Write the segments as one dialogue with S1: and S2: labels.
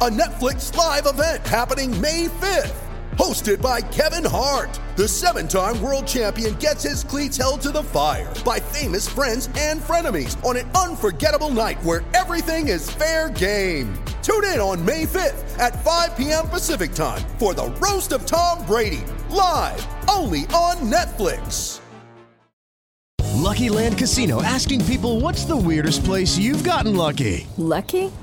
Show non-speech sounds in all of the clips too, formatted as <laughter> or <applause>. S1: a Netflix live event happening May 5th. Hosted by Kevin Hart, the seven time world champion gets his cleats held to the fire by famous friends and frenemies on an unforgettable night where everything is fair game. Tune in on May 5th at 5 p.m. Pacific time for the Roast of Tom Brady, live only on Netflix.
S2: Lucky Land Casino asking people what's the weirdest place you've gotten lucky?
S3: Lucky?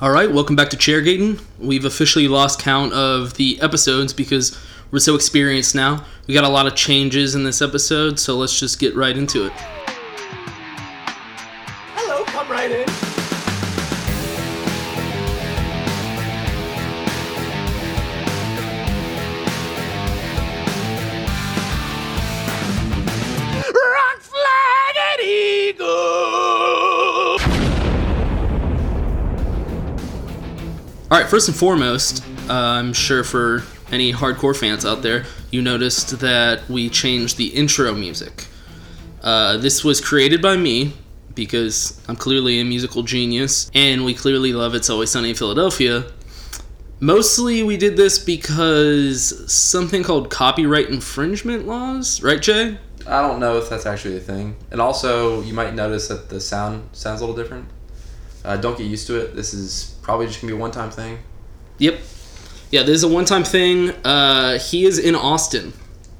S4: All right, welcome back to Chairgating. We've officially lost count of the episodes because we're so experienced now. We got a lot of changes in this episode, so let's just get right into it.
S2: Hello, come right in. Rock flag and eagle.
S4: All right, first and foremost, uh, I'm sure for any hardcore fans out there, you noticed that we changed the intro music. Uh, this was created by me because I'm clearly a musical genius, and we clearly love It's Always Sunny in Philadelphia. Mostly, we did this because something called copyright infringement laws, right, Jay?
S5: I don't know if that's actually a thing. And also, you might notice that the sound sounds a little different. Uh, don't get used to it. This is probably just gonna be a one-time thing.
S4: Yep. Yeah, this is a one time thing. Uh, he is in Austin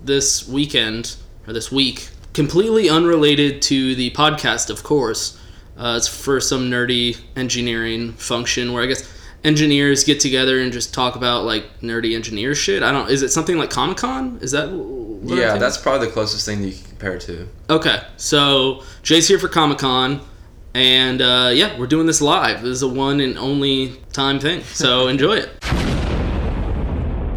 S4: this weekend, or this week, completely unrelated to the podcast, of course. Uh, it's for some nerdy engineering function where I guess engineers get together and just talk about like nerdy engineer shit. I don't. Is it something like Comic Con? Is that? what I'm
S5: yeah,
S4: thinking?
S5: that's probably the closest thing that you can compare it to.
S4: Okay, so Jay's here for Comic Con, and uh, yeah, we're doing this live. This is a one and only time thing,
S5: <laughs>
S4: so enjoy it.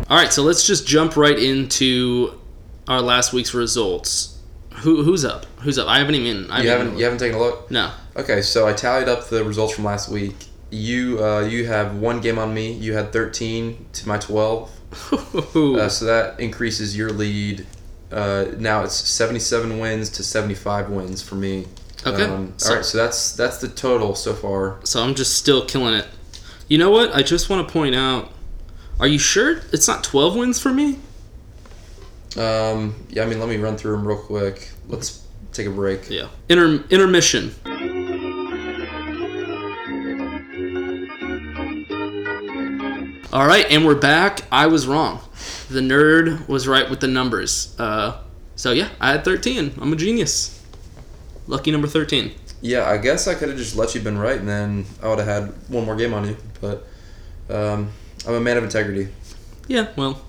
S4: All right, so let's just jump right into our last week's results. Who who's up? Who's up? I haven't even. I
S5: You haven't
S4: even-
S5: you haven't taken a look.
S4: No.
S5: Okay, so I tallied up the results from last week. You uh, you have one game on me. You had 13 to my 12. <laughs> Uh, so that increases your lead. Uh, now it's 77 wins to 75 wins for me.
S4: <laughs> Okay, so-
S5: all right, Um, so that's that's the total so far.
S4: so I'm just still killing it. You know what? I just want to point out. Are you sure it's not 12 wins for me?
S5: Um, yeah, I mean, let me run through them real quick. Let's take a break.
S4: Yeah. Inter- intermission. All right, and we're back. I was wrong. The nerd was right with the numbers. Uh, so yeah, I had 13. I'm a genius. Lucky number 13.
S5: Yeah, I guess I could have just let you been right, and then I would have had one more game on you. But um, I'm a man of integrity.
S4: Yeah, well,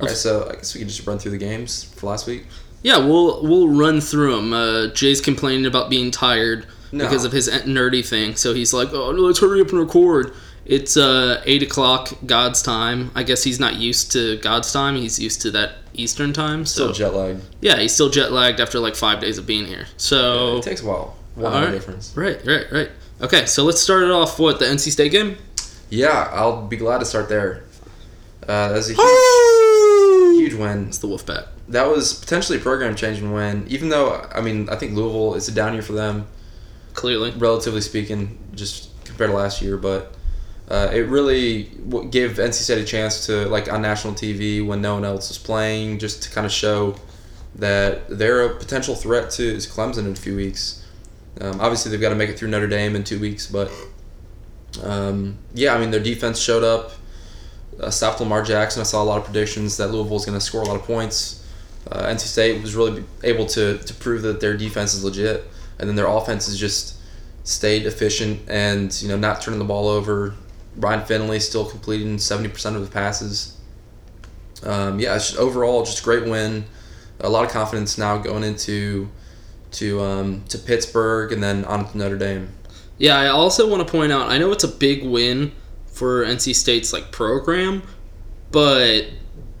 S5: All right, so I guess we could just run through the games for last week.
S4: yeah, we'll we'll run through them. Uh, Jay's complaining about being tired
S5: No.
S4: because of his nerdy thing, so he's like, "Oh, no, let's hurry up and record." It's uh, eight o'clock God's time. I guess he's not used to God's time. He's used to that Eastern time. So
S5: Still jet lagged.
S4: Yeah, he's still jet lagged after like five days of being here. So
S5: It takes a while. One
S4: All
S5: hour
S4: right.
S5: difference.
S4: Right, right, right. Okay, so let's start it off with the NC State game.
S5: Yeah, I'll be glad to start there. Uh, that was a huge, huge win.
S4: It's the Wolfpack.
S5: that was potentially a program changing win. Even though I mean I think Louisville it's a down year for them,
S4: Clearly,
S5: relatively speaking, just compared to last year. But uh, it really w- gave NC State a chance to like on national TV when no one else was playing, just to kind of show that they're a potential threat to is Clemson in a few weeks. Um, obviously, they've got to make it through Notre Dame in two weeks, but um, yeah, I mean their defense showed up. Uh, stopped Lamar Jackson. I saw a lot of predictions that Louisville's going to score a lot of points. Uh, NC State was really able to to prove that their defense is legit, and then their offense is just stayed efficient and you know not turning the ball over. Ryan Finley still completing seventy percent of the passes. Um, yeah, it's just overall just a great win. A lot of confidence now going into to um, to Pittsburgh and then on to Notre Dame.
S4: Yeah, I also want to point out. I know it's a big win for NC State's like program, but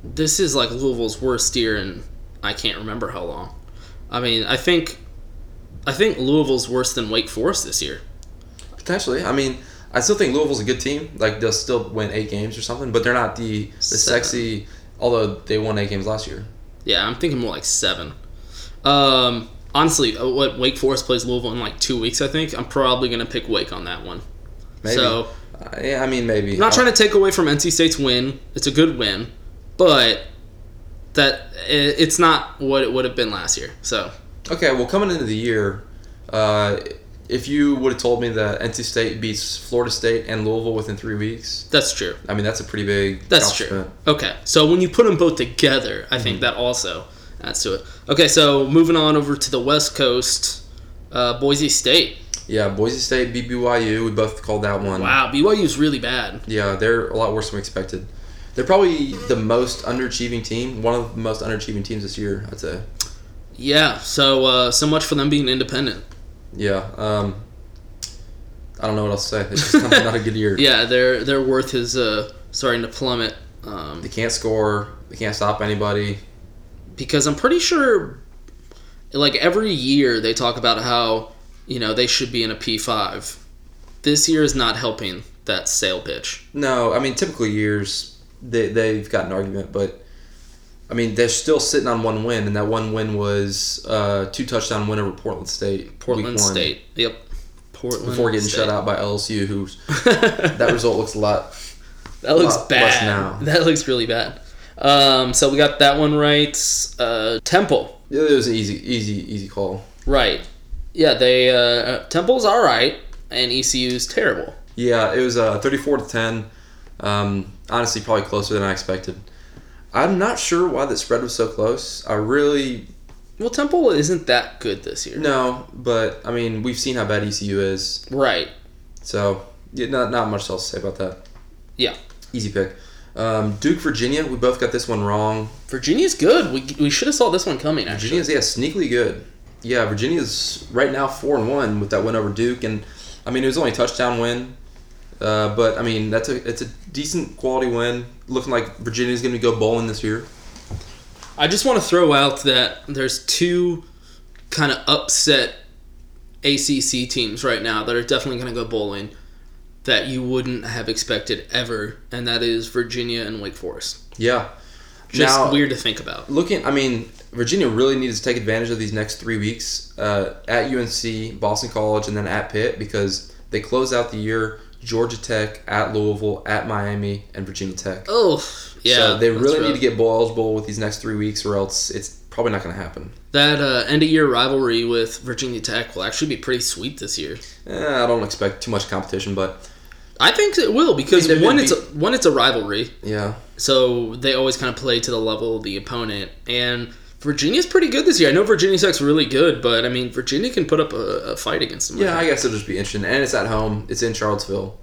S4: this is like Louisville's worst year in I can't remember how long. I mean, I think I think Louisville's worse than Wake Forest this year.
S5: Potentially, I mean, I still think Louisville's a good team. Like they'll still win eight games or something, but they're not the the
S4: Seven.
S5: sexy. Although they won eight games last year.
S4: Yeah, I'm thinking more like seven. Um, honestly, uh, what Wake Forest plays Louisville in like two weeks, I think I'm probably gonna pick Wake on that one.
S5: Maybe.
S4: So
S5: Uh, yeah, I mean maybe.
S4: I'm not trying to take away from NC State's win. It's a good win, but that i- it's not what it would have been last year. So
S5: Okay, well, coming into the year, uh, if you would have told me that NC State beats Florida State and Louisville within three weeks,
S4: that's true.
S5: I mean that's a pretty big.
S4: That's true.
S5: accomplishment.
S4: Okay, so when you put them both together, I
S5: Mm-hmm.
S4: think that also adds to it. Okay, so moving on over to the West Coast, uh, Boise State.
S5: Yeah, Boise State beat BYU. We both called that one.
S4: Wow, BYU's really bad.
S5: Yeah, they're a lot worse than we expected. They're probably the most underachieving team, one of the most underachieving teams this year, I'd say.
S4: Yeah, so uh, so much for them being independent.
S5: Yeah. Um, I don't know what else to say. It's
S4: <laughs>
S5: just <laughs> not, not a good year.
S4: Yeah, their their worth is uh, starting to plummet. Um,
S5: They can't score. They can't stop anybody.
S4: because I'm pretty sure, like every year they talk about how you know they should be in a P five. This year is not helping that sale pitch.
S5: No, I mean typical years they they've got an argument, but I mean they're still sitting on one win, and that one win was uh, two touchdown win over Portland State. week
S4: Portland
S5: one,
S4: State. Yep. Portland
S5: Before getting
S4: State.
S5: shut
S4: <laughs>
S5: out by LSU, who that result looks a lot.
S4: That looks
S5: Lot
S4: bad.
S5: less now.
S4: That looks really bad. Um, so we got that one right. Uh, Temple.
S5: It was an easy, easy, easy call.
S4: Right. Yeah, they uh, Temple's all right, and ECU's terrible.
S5: Yeah, it was uh, 34 to 10. Um, honestly, probably closer than I expected. I'm not sure why the spread was so close. I really
S4: Well, Temple isn't that good this year.
S5: no, but I mean we've seen how bad ECU is,
S4: Right.
S5: so yeah, not not much else to say about that.
S4: Yeah.
S5: Easy pick. Um, Duke, Virginia. We both got this one wrong.
S4: Virginia's good. We, we should have saw this one coming. Actually.
S5: Virginia's yeah, sneakily good. Yeah, Virginia's right now four and one with that win over Duke, and I mean it was only a touchdown win, uh, but I mean that's a it's a decent quality win. Looking like Virginia's going to go bowling this year.
S4: I just want to throw out that there's two kind of upset ACC teams right now that are definitely going to go bowling that you wouldn't have expected ever, and that is Virginia and Wake Forest.
S5: Yeah,
S4: Just
S5: Now-
S4: weird to think about.
S5: looking. I mean Virginia really needs to take advantage of these next three weeks uh, at UNC, Boston College, and then at Pitt because they close out the year. Georgia Tech at Louisville, at Miami, and Virginia Tech.
S4: Oh, yeah.
S5: so they
S4: that's
S5: really need
S4: rough.
S5: to get bowl eligible with these next three weeks, or else it's probably not going to happen.
S4: that uh, end of year rivalry with Virginia Tech will actually be pretty sweet this year.
S5: Eh, I don't expect too much competition, but
S4: I think it will because
S5: I mean, they've
S4: one
S5: been
S4: it's a,
S5: beat-
S4: one it's a rivalry,
S5: yeah,
S4: so they always kind of play to the level of the opponent. And Virginia's pretty good this year. I know Virginia Tech's really good, but I mean Virginia can put up a, a fight against them.
S5: yeah, I guess it'll just be interesting. And it's at home; it's in Charlottesville,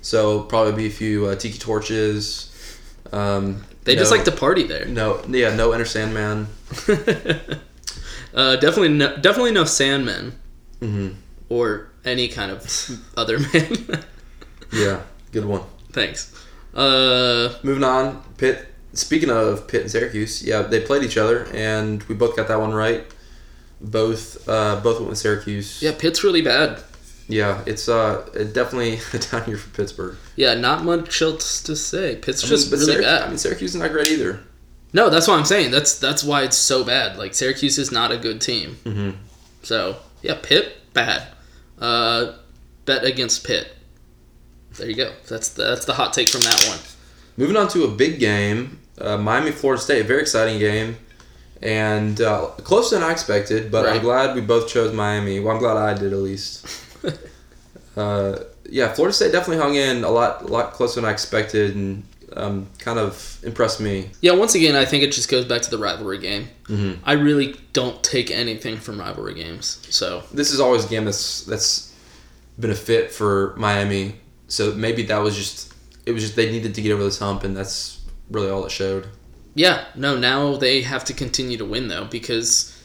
S5: so probably be a few uh, tiki torches. Um,
S4: they just
S5: no-
S4: like to party there.
S5: no, yeah, no Enter Sandman.
S4: Uh, definitely, no, definitely no Sandmen
S5: Mm-hmm.
S4: or any kind of <laughs> other man. <laughs>
S5: Yeah, good one.
S4: Thanks. Uh,
S5: Moving on, Pitt. Speaking of Pitt and Syracuse, yeah, they played each other, and we both got that one right. Both, uh, both went with Syracuse.
S4: yeah, Pitt's really bad.
S5: Yeah, it's uh, definitely <laughs> a down year for Pittsburgh.
S4: Yeah, not much else to say. Pitt's
S5: I mean,
S4: just
S5: but
S4: really
S5: Syrac-
S4: bad.
S5: I mean, Syracuse is not great either.
S4: No, that's what I'm saying. That's that's why it's so bad. Like Syracuse is not a good team. Mm-hmm. So yeah, Pitt bad. Uh, bet against Pitt. There you go. That's the, that's the hot take from that one.
S5: Moving on to a big game, uh, Miami Florida State, a very exciting game. and uh, closer than I expected. But I'm
S4: Right.
S5: glad we both chose Miami. Well, I'm glad I did at
S4: <laughs>
S5: least. uh, yeah, Florida State definitely hung in a lot, lot closer than I expected, and um, kind of impressed me.
S4: Yeah, once again, I think it just goes back to the rivalry game. I really don't take anything from rivalry games. So,
S5: This is always a game that's that's been a fit for Miami. So maybe that was just it was just they needed to get over this hump, and that's really all it showed.
S4: yeah, no, now they have to continue to win, though, because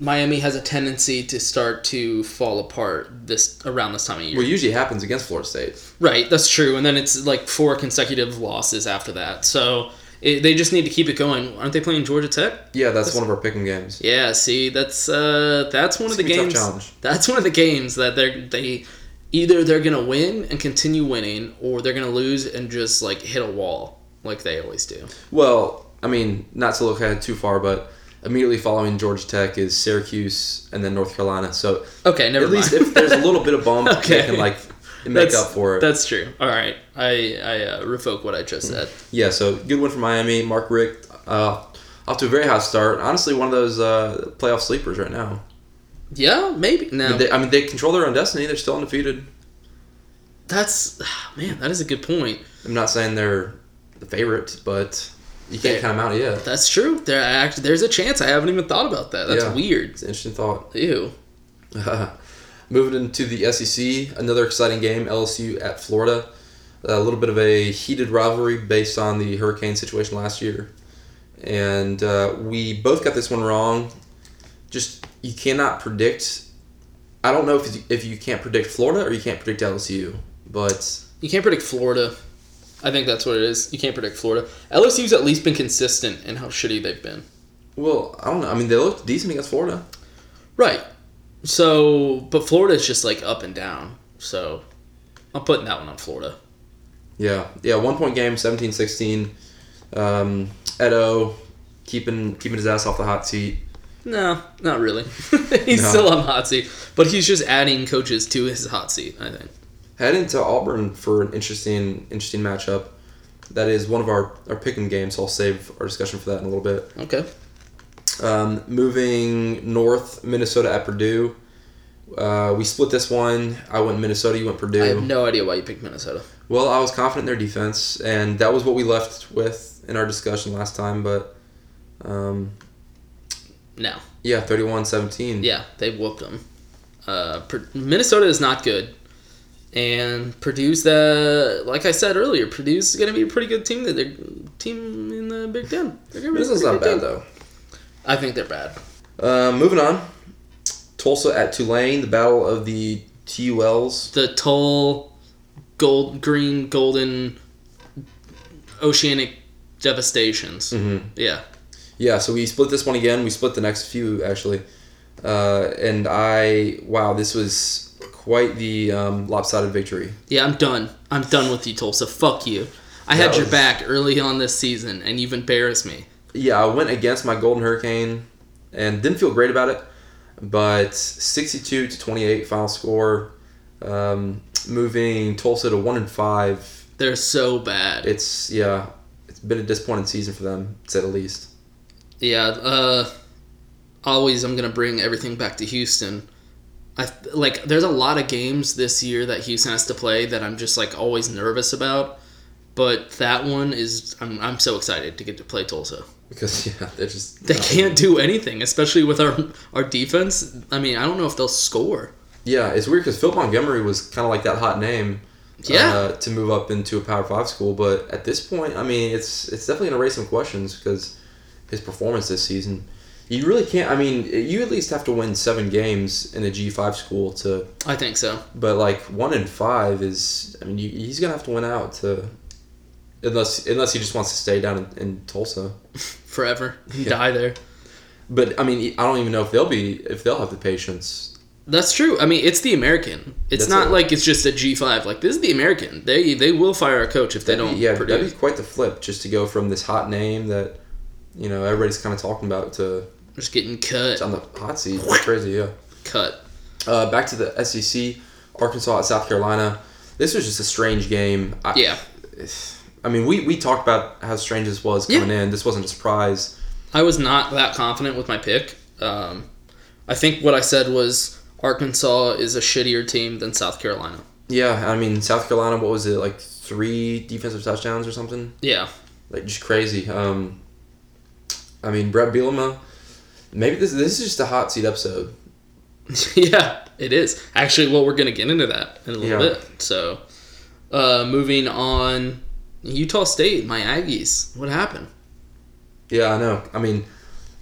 S4: Miami has a tendency to start to fall apart this around this time of year.
S5: Well, it usually happens against Florida State.
S4: Right, that's true. And then it's like four consecutive losses after that. So it, they just need to keep it going. Aren't they playing Georgia Tech?
S5: Yeah, that's one of our picking games.
S4: Yeah, see, that's uh, that's one
S5: It's
S4: of the
S5: gonna be a
S4: games.
S5: tough challenge.
S4: That's one of the games that they're they either they're gonna win and continue winning, or they're gonna lose and just like hit a wall like they always do.
S5: Well, I mean, not to look ahead too far, but immediately following Georgia Tech is Syracuse and then North Carolina. So
S4: Okay, never
S5: at
S4: mind.
S5: least if there's a little bit of bump,
S4: Okay.
S5: they can like make
S4: <laughs> That's-
S5: up for it.
S4: That's true. All right, I I uh, revoke what I just said.
S5: yeah. So good win for Miami. Mark Rick uh, off to a very hot start. Honestly, one of those uh, playoff sleepers right now.
S4: Yeah, maybe
S5: I
S4: no.
S5: mean, they, I mean, they control their own destiny. They're still undefeated.
S4: that's <sighs> man, that is a good point.
S5: I'm not saying they're the favorite, but you can't
S4: They-
S5: count them out yet.
S4: That's true. There, I act, there's a chance. I haven't even thought about that. That's
S5: Yeah.
S4: weird.
S5: It's an interesting thought.
S4: Ew.
S5: Moving into the SEC, another exciting game LSU at Florida. A little bit of a heated rivalry based on the hurricane situation last year. And uh, we both got this one wrong. Just, you cannot predict. I don't know if you, if you can't predict Florida or you can't predict LSU, but
S4: You can't predict Florida. I think that's what it is. You can't predict Florida. LSU's at least been consistent in how shitty they've been.
S5: well, I don't know. I mean, they looked decent against Florida.
S4: Right. So, but Florida's just like up and down. So, I'm putting that one on Florida.
S5: Yeah, yeah, one point game, 17-16. Um, Edo keeping keeping his ass off the hot seat.
S4: No, not really. <laughs> he's
S5: No.
S4: still on the hot seat, but he's just adding coaches to his hot seat. I think.
S5: head into Auburn for an interesting interesting matchup. That is one of our our picking games. So I'll save our discussion for that in a little bit.
S4: Okay.
S5: Um, moving north, Minnesota at Purdue. Uh, we split this one. I went Minnesota. You went Purdue.
S4: I have no idea why you picked Minnesota.
S5: Well, I was confident in their defense, and that was what we left with in our discussion last time. But um,
S4: No.
S5: yeah, 31-17.
S4: Yeah, they whooped them. Uh, Pur- Minnesota is not good, and Purdue's the like I said earlier, Purdue's going to be a pretty good team. That they're team in the Big Ten. They're gonna be a
S5: This is
S4: pretty
S5: not
S4: good team.
S5: bad though.
S4: I think they're bad.
S5: Uh, moving on, Tulsa at Tulane, the battle of the TULs.
S4: The tall, gold, green, golden, oceanic devastations.
S5: Mm-hmm.
S4: Yeah,
S5: Yeah, so we split this one again. We split the next few actually, uh, and I wow, this was quite the um, lopsided victory.
S4: yeah. I'm done. I'm done with you, Tulsa. Fuck you. I
S5: That
S4: had your
S5: was-
S4: back early on this season, and you've embarrassed me.
S5: Yeah, I went against my Golden Hurricane, and didn't feel great about it, but sixty-two to twenty-eight final score, um, moving Tulsa to one and five.
S4: They're so bad.
S5: It's yeah, it's been a disappointing season for them, to say the least.
S4: Yeah, uh, always I'm gonna bring everything back to Houston. I like there's a lot of games this year that Houston has to play that I'm just like always nervous about, but that one is I'm I'm so excited to get to play Tulsa.
S5: Because <laughs> yeah, they're just
S4: They can't do anything, especially with our our defense. I mean, I don't know if they'll score.
S5: Yeah, it's weird because Phil Montgomery was kind of like that hot name.
S4: Yeah.
S5: Uh, to move up into a Power Five school, but at this point, I mean, it's it's definitely gonna raise some questions because his performance this season. You really can't. I mean, you at least have to win seven games in a G five school to.
S4: I think so.
S5: But like one in five is. I mean, you, he's gonna have to win out to. Unless unless he just wants to stay down in, in Tulsa.
S4: Forever. Die there.
S5: But I mean, I don't even know if they'll be if they'll have the patience.
S4: That's true. I mean, it's the American. It's
S5: That's
S4: not
S5: it.
S4: like it's just a G five. Like this is the American. They they will fire a coach if they
S5: That'd
S4: don't
S5: be, yeah,
S4: produce.
S5: that'd be quite the flip just to go from this hot name that you know everybody's kind of talking about to
S4: just getting cut.
S5: it's on the hot seat. It's crazy, yeah.
S4: Cut.
S5: Uh, back to the SEC, Arkansas at South Carolina. This was just a strange game. I,
S4: Yeah.
S5: I mean, we, we talked about how strange this was coming
S4: Yeah.
S5: in. This wasn't a surprise.
S4: I was not that confident with my pick. Um, I think what I said was Arkansas is a shittier team than South Carolina.
S5: Yeah, I mean South Carolina. What was it like? Three defensive touchdowns or something?
S4: Yeah. <laughs>
S5: Like just crazy. Um, I mean Brett Bielema. Maybe this this is just a hot seat episode.
S4: yeah, it is. Actually, well, we're going to get into that in a little
S5: Yeah.
S4: bit. So, uh, moving on, Utah State, my Aggies. What happened?
S5: Yeah, I know. I mean,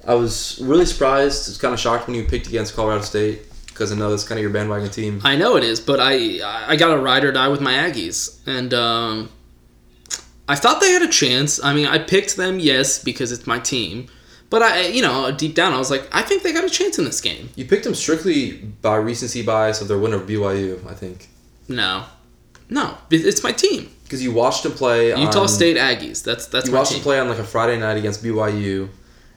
S5: I was really surprised. I was kind of shocked when you picked against Colorado State because I know that's kind of your bandwagon team.
S4: I know it is, but I I got to ride or die with my Aggies, and um, I thought they had a chance. I mean, I picked them, yes, because it's my team, but I you know deep down I was like, I think they got a chance in this game.
S5: You picked them strictly by recency bias of their win over BYU, I think,
S4: No, no, it- it's my team,
S5: because you watched them play.
S4: Utah
S5: on-
S4: State Aggies. That's that's
S5: Um, You
S4: my
S5: watched
S4: team.
S5: them play on like a Friday night against BYU,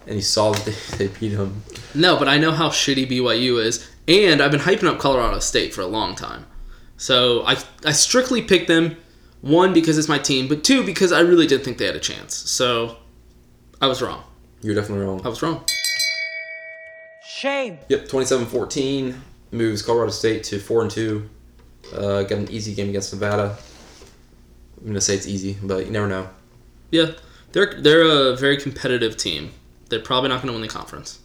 S5: and you saw that they, <laughs> they beat them.
S4: No, but I know how shitty BYU is, and I've been hyping up Colorado State for a long time. So I I strictly picked them one because it's my team, but two because I really did think they had a chance. So I was wrong.
S5: You're definitely wrong.
S4: I was wrong.
S6: Shame.
S5: Yep, 27-14 moves Colorado State to four and two. Uh, got an easy game against Nevada. I'm gonna say it's easy, but you never know.
S4: Yeah, they're they're a very competitive team. They're probably not going to win the conference.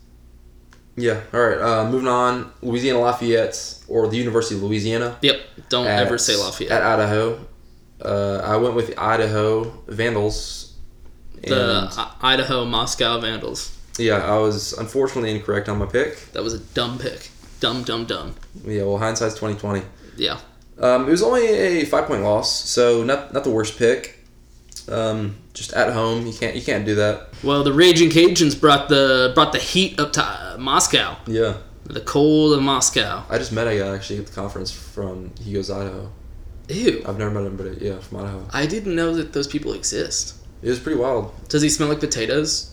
S5: Yeah. All right. Uh, moving on. Louisiana Lafayette or the University of Louisiana.
S4: Yep, don't
S5: at-
S4: ever say Lafayette.
S5: At Idaho. Uh, I went with Idaho Vandals. And
S4: the I- Idaho Moscow Vandals.
S5: yeah, I was unfortunately incorrect on my pick.
S4: That was a dumb pick. Dumb, dumb, dumb.
S5: Yeah, well, hindsight's twenty twenty.
S4: Yeah,
S5: Um, it was only a five point loss, so not not the worst pick. Um, just at home, you can't you can't do that.
S4: Well, the Raging Cajuns brought the brought the heat up to uh, Moscow,
S5: Yeah,
S4: the cold of Moscow.
S5: I just met a guy actually at the conference from he goes Idaho.
S4: Ew,
S5: I've never met him, but yeah, from Idaho.
S4: I didn't know that those people exist.
S5: It was pretty wild.
S4: Does he smell like potatoes?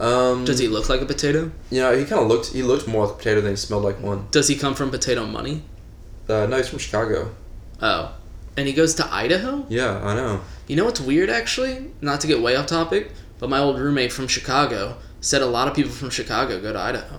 S5: Um,
S4: Does he look like a potato?
S5: You know, he kind of looked he looked more like a potato than he smelled like one.
S4: Does he come from potato money?
S5: Uh, no, he's from Chicago.
S4: Oh, and he goes to Idaho.
S5: Yeah, I know.
S4: You know what's weird, actually? Not to get way off topic, but my old roommate from Chicago said a lot of people from Chicago go to Idaho.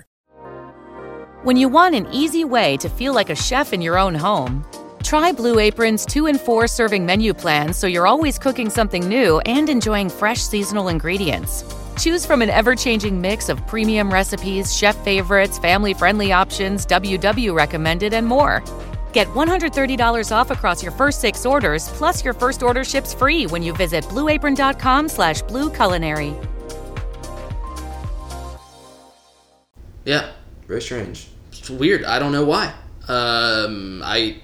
S7: When you want an easy way to feel like a chef in your own home, try Blue Apron's 2 and 4 serving menu plans so you're always cooking something new and enjoying fresh seasonal ingredients. Choose from an ever changing mix of premium recipes, chef favorites, family friendly options, WW recommended, and more. Get $130 off across your first six orders, plus your first order ships free when you visit blueapron.com slash blueculinary.
S4: Yeah,
S5: Very strange.
S4: it's weird. I don't know why. Um, I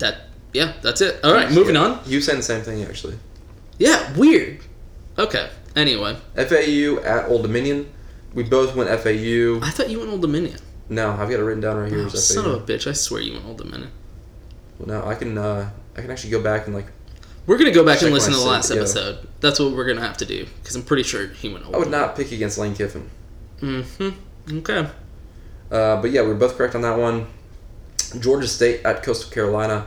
S4: that yeah, that's it. All right, moving on.
S5: You saying the same thing actually.
S4: Yeah, weird. Okay. Anyway,
S5: FAU at Old Dominion. We both went FAU.
S4: I thought you went Old Dominion.
S5: No, I've got it written down right here.
S4: Oh,
S5: as
S4: son
S5: FAU.
S4: of a bitch! I swear you went Old Dominion.
S5: Well, no, I can uh, I can actually go back and like
S4: We're gonna go back
S5: Check
S4: and listen
S5: my
S4: to
S5: seat,
S4: the last
S5: yeah.
S4: episode. That's what we're gonna have to do because I'm pretty sure he went Old.
S5: I would not pick against Lane Kiffin.
S4: Mm-hmm. Okay.
S5: <laughs> Uh, but yeah, we were both correct on that one. Georgia State at Coastal Carolina.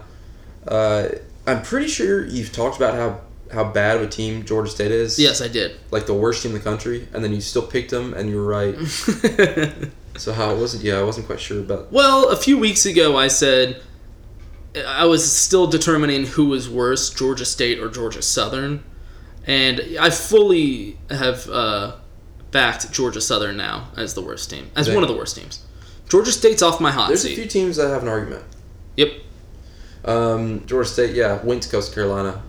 S5: Uh, I'm pretty sure you've talked about how how bad of a team Georgia State is.
S4: Yes, I did.
S5: Like the worst team in the country, and then you still picked them, and you were
S4: <laughs>
S5: right. <laughs> so how it wasn't? Yeah, I wasn't quite sure about.
S4: Well, a few weeks ago, I said I was still determining who was worse, Georgia State or Georgia Southern, and I fully have uh, backed Georgia Southern now as the worst team, as
S5: They-
S4: one of the worst teams. Georgia State's off my hot
S5: There's a
S4: seat.
S5: few teams that have an argument.
S4: yep.
S5: Um, Georgia State, yeah, went to Coastal Carolina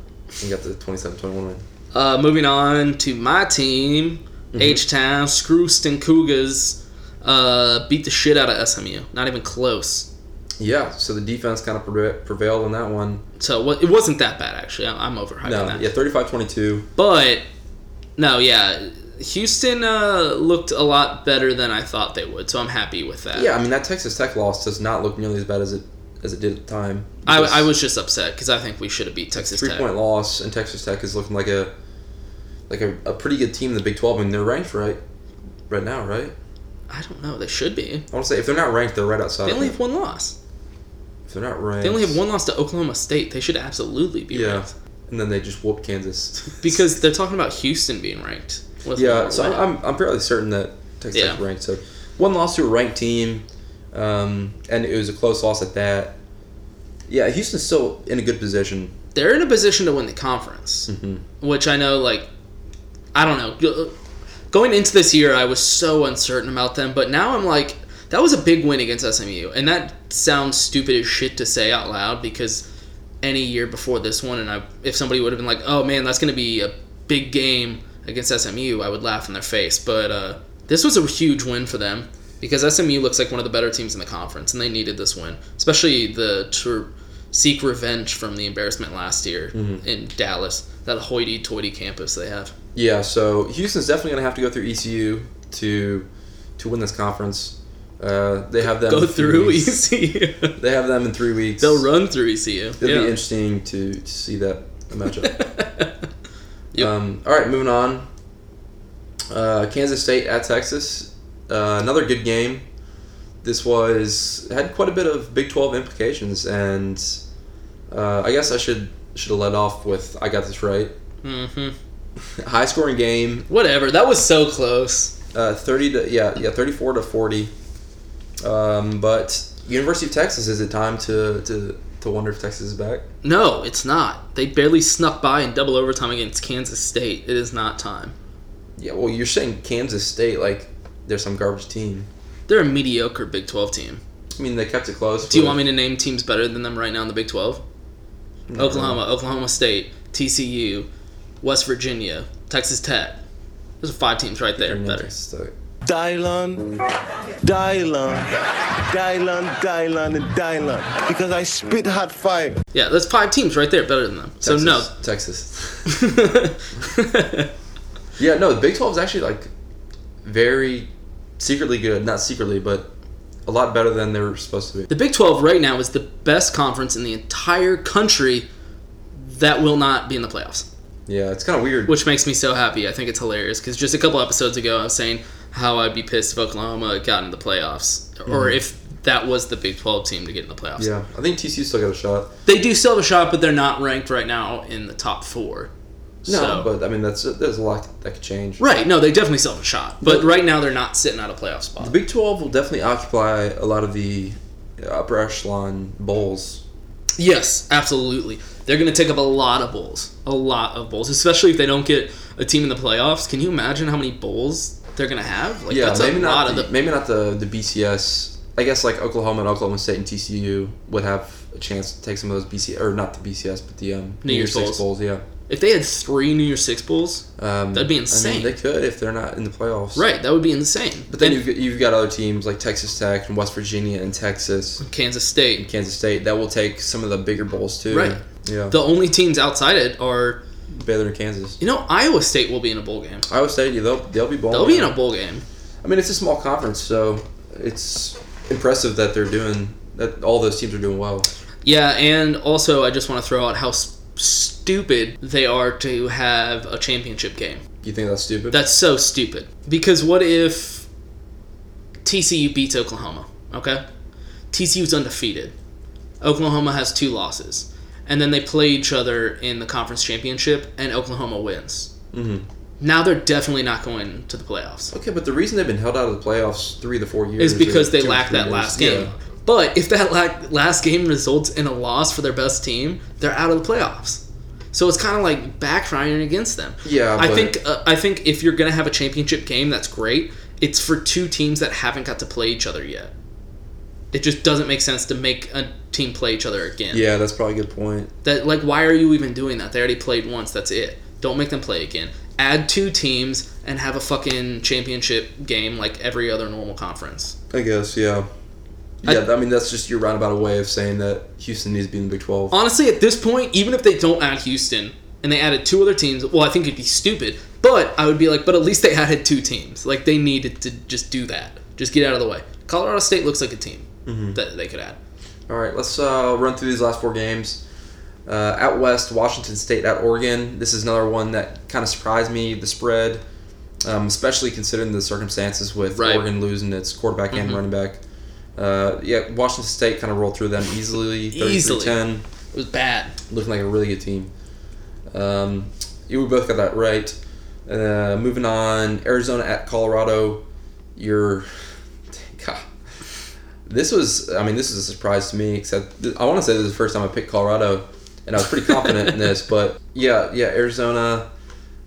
S5: and got the 27-21 win.
S4: Uh, moving on to my team,
S5: Mm-hmm.
S4: H Town Screwston Cougars uh, beat the shit out of SMU. Not even close.
S5: Yeah, so the defense kind of prevailed on that one.
S4: So what, it wasn't that bad actually. I'm, I'm overhyping
S5: No,
S4: that.
S5: yeah, 35-22.
S4: But no, yeah, Houston uh, looked a lot better than I thought they would, so I'm happy with that.
S5: Yeah, I mean that Texas Tech loss does not look nearly as bad as it as it did at the time.
S4: I,
S5: Because
S4: I was just upset because I think we should have beat Texas
S5: three
S4: Tech.
S5: point loss and Texas Tech is looking like a like a, a pretty good team in the Big Twelve and they're ranked right right now, right?
S4: I don't know. They should be.
S5: I want to say if they're not ranked, they're right outside.
S4: They
S5: of
S4: only
S5: it.
S4: have one loss.
S5: if they're not ranked,
S4: They only have one loss to Oklahoma State. They should absolutely be
S5: Yeah,
S4: ranked
S5: and then they just whooped Kansas.
S4: because they're talking about Houston being ranked. with
S5: yeah,
S4: Mark
S5: so
S4: White.
S5: I'm, I'm fairly certain that Texas Tech's
S4: Yeah.
S5: ranked. So one loss to a ranked team, um, and it was a close loss at that. Yeah, Houston's still in a good position.
S4: They're in a position to win the conference, which I know, like, I don't know. Go- Going into this year, I was so uncertain about them, but now I'm like, that was a big win against SMU, and that sounds stupid as shit to say out loud because any year before this one, and I, if somebody would have been like, "Oh man, that's going to be a big game against SMU," I would laugh in their face. But uh, this was a huge win for them because SMU looks like one of the better teams in the conference, and they needed this win, especially the to seek revenge from the embarrassment last year
S5: Mhm.
S4: in Dallas, that hoity-toity campus they have.
S5: Yeah, so Houston's definitely gonna have to go through ECU to to win this conference. Uh, they have them
S4: Go
S5: in three
S4: through
S5: weeks.
S4: <laughs> ECU.
S5: They have them in three weeks.
S4: They'll run through ECU.
S5: It'll
S4: yeah.
S5: be interesting to, to see that matchup. um, all right, moving on. Uh, Kansas State at Texas. Uh, another good game. This was had quite a bit of Big Twelve implications, and uh, I guess I should should have led off with I got this right.
S4: hmm
S5: <laughs> High scoring game.
S4: Whatever. That was so close.
S5: Uh, thirty to yeah yeah thirty four to forty. Um, but University of Texas is it time to to to wonder if Texas is back?
S4: No, it's not. They barely snuck by in double overtime against Kansas State. It is not time.
S5: Yeah, well, you're saying Kansas State like they're some garbage team.
S4: They're a mediocre Big 12 team.
S5: I mean, they kept it close.
S4: Do you want me to name teams better than them right now in the Big 12?
S5: No.
S4: Oklahoma, Oklahoma State, TCU, West Virginia, Texas Tech. Those are five teams right there. Better.
S8: Dylan, Dylan, Dylan, Dylan, and Dylan. Because I spit hot fire.
S4: Yeah, that's five teams right there better than them. So
S5: Texas-
S4: no,
S5: Texas. yeah, no, the Big Twelve is actually like very secretly good. Not secretly, but a lot better than they were supposed to be.
S4: <laughs> The Big 12 right now is the best conference in the entire country that will not be in the playoffs.
S5: Yeah, it's kind of weird.
S4: Which makes me so happy. I think it's hilarious because just a couple episodes ago, I was saying how I'd be pissed if Oklahoma got into the playoffs or
S5: Mhm.
S4: if that was the Big 12 team to get in the playoffs.
S5: Yeah, I think TCU still got a shot.
S4: They do still have a shot, but they're not ranked right now in the top four.
S5: No,
S4: So-
S5: but I mean that's there's a lot that could change.
S4: Right, no, they definitely still have a shot. But right now, they're not sitting out a playoff spot.
S5: The Big Twelve will definitely occupy a lot of the upper echelon bowls.
S4: Yes, absolutely. They're going to take up a lot of bowls. A lot of bowls, especially if they don't get a team in the playoffs. Can you imagine how many bowls they're going to have? Like,
S5: yeah,
S4: that's
S5: maybe
S4: a
S5: not.
S4: lot
S5: the,
S4: of the.
S5: maybe not the the BCS. I guess like Oklahoma and Oklahoma State and TCU would have a chance to take some of those BC or not the BCS, but the um,
S4: New Year's
S5: Six
S4: bowls.
S5: bowls. Yeah,
S4: If they had three New Year's Six bowls,
S5: um,
S4: That'd be
S5: I mean,
S4: insane.
S5: they could if they're not in the playoffs.
S4: right, that would be insane.
S5: But then you've, got- you've got other teams like Texas Tech and West Virginia and Texas,
S4: Kansas State,
S5: and Kansas State that will take some of the bigger bowls too.
S4: Right.
S5: Yeah.
S4: The only teams outside it are.
S5: Baylor and Kansas.
S4: You know, Iowa State will be in a bowl game.
S5: Iowa State, yeah, they'll they'll be bowling.
S4: They'll be in a bowl game.
S5: I mean, it's a small conference, so it's impressive that they're doing that. All those teams are doing well.
S4: Yeah, and also I just want to throw out how s- stupid they are to have a championship game.
S5: You think that's stupid?
S4: That's so stupid. Because what if TCU beats Oklahoma? Okay? TCU's undefeated. Oklahoma has two losses. And then they play each other in the conference championship, and Oklahoma wins.
S5: Mm-hmm.
S4: Now they're definitely not going to the playoffs.
S5: Okay, but the reason they've been held out of the playoffs three to four years
S4: Is because
S5: or
S4: they
S5: two or
S4: lack
S5: three
S4: that
S5: years-
S4: last
S5: yeah.
S4: game. But if that la- last game results in a loss for their best team, they're out of the playoffs. So it's kind of like backfiring against them.
S5: Yeah,
S4: I
S5: but-
S4: think uh, I think if you're gonna have a championship game, that's great. It's for two teams that haven't got to play each other yet. It just doesn't make sense to make a team play each other again.
S5: Yeah, that's probably a good point.
S4: That like, why are you even doing that? They already played once. That's it. Don't make them play again. Add two teams and have a fucking championship game like every other normal conference.
S5: I guess, yeah.
S4: I-
S5: Yeah, I, mean that's just your roundabout way of saying that Houston needs to be in the Big Twelve.
S4: Honestly, at this point, even if they don't add Houston and they added two other teams, well, I think it'd be stupid. But I would be like, but at least they added two teams. Like they needed to just do that. Just get out of the way. Colorado State looks like a team
S5: Mhm.
S4: that they could add.
S5: All right, let's uh, run through these last four games. Uh, at West, Washington State at Oregon. This is another one that kind of surprised me. The spread, um, especially considering the circumstances with
S4: Right.
S5: Oregon losing its quarterback and
S4: Mhm.
S5: running back. Uh, yeah, Washington State kind of rolled through them easily.
S4: Easily.
S5: 33-10.
S4: It was bad.
S5: Looking like a really good team. Um, you we both got that right. Uh, moving on, Arizona at Colorado. Your <laughs> God, this was. I mean, this is a surprise to me. Except th- I want to say this is the first time I picked Colorado, and I was pretty confident in this. <laughs> But yeah, yeah, Arizona.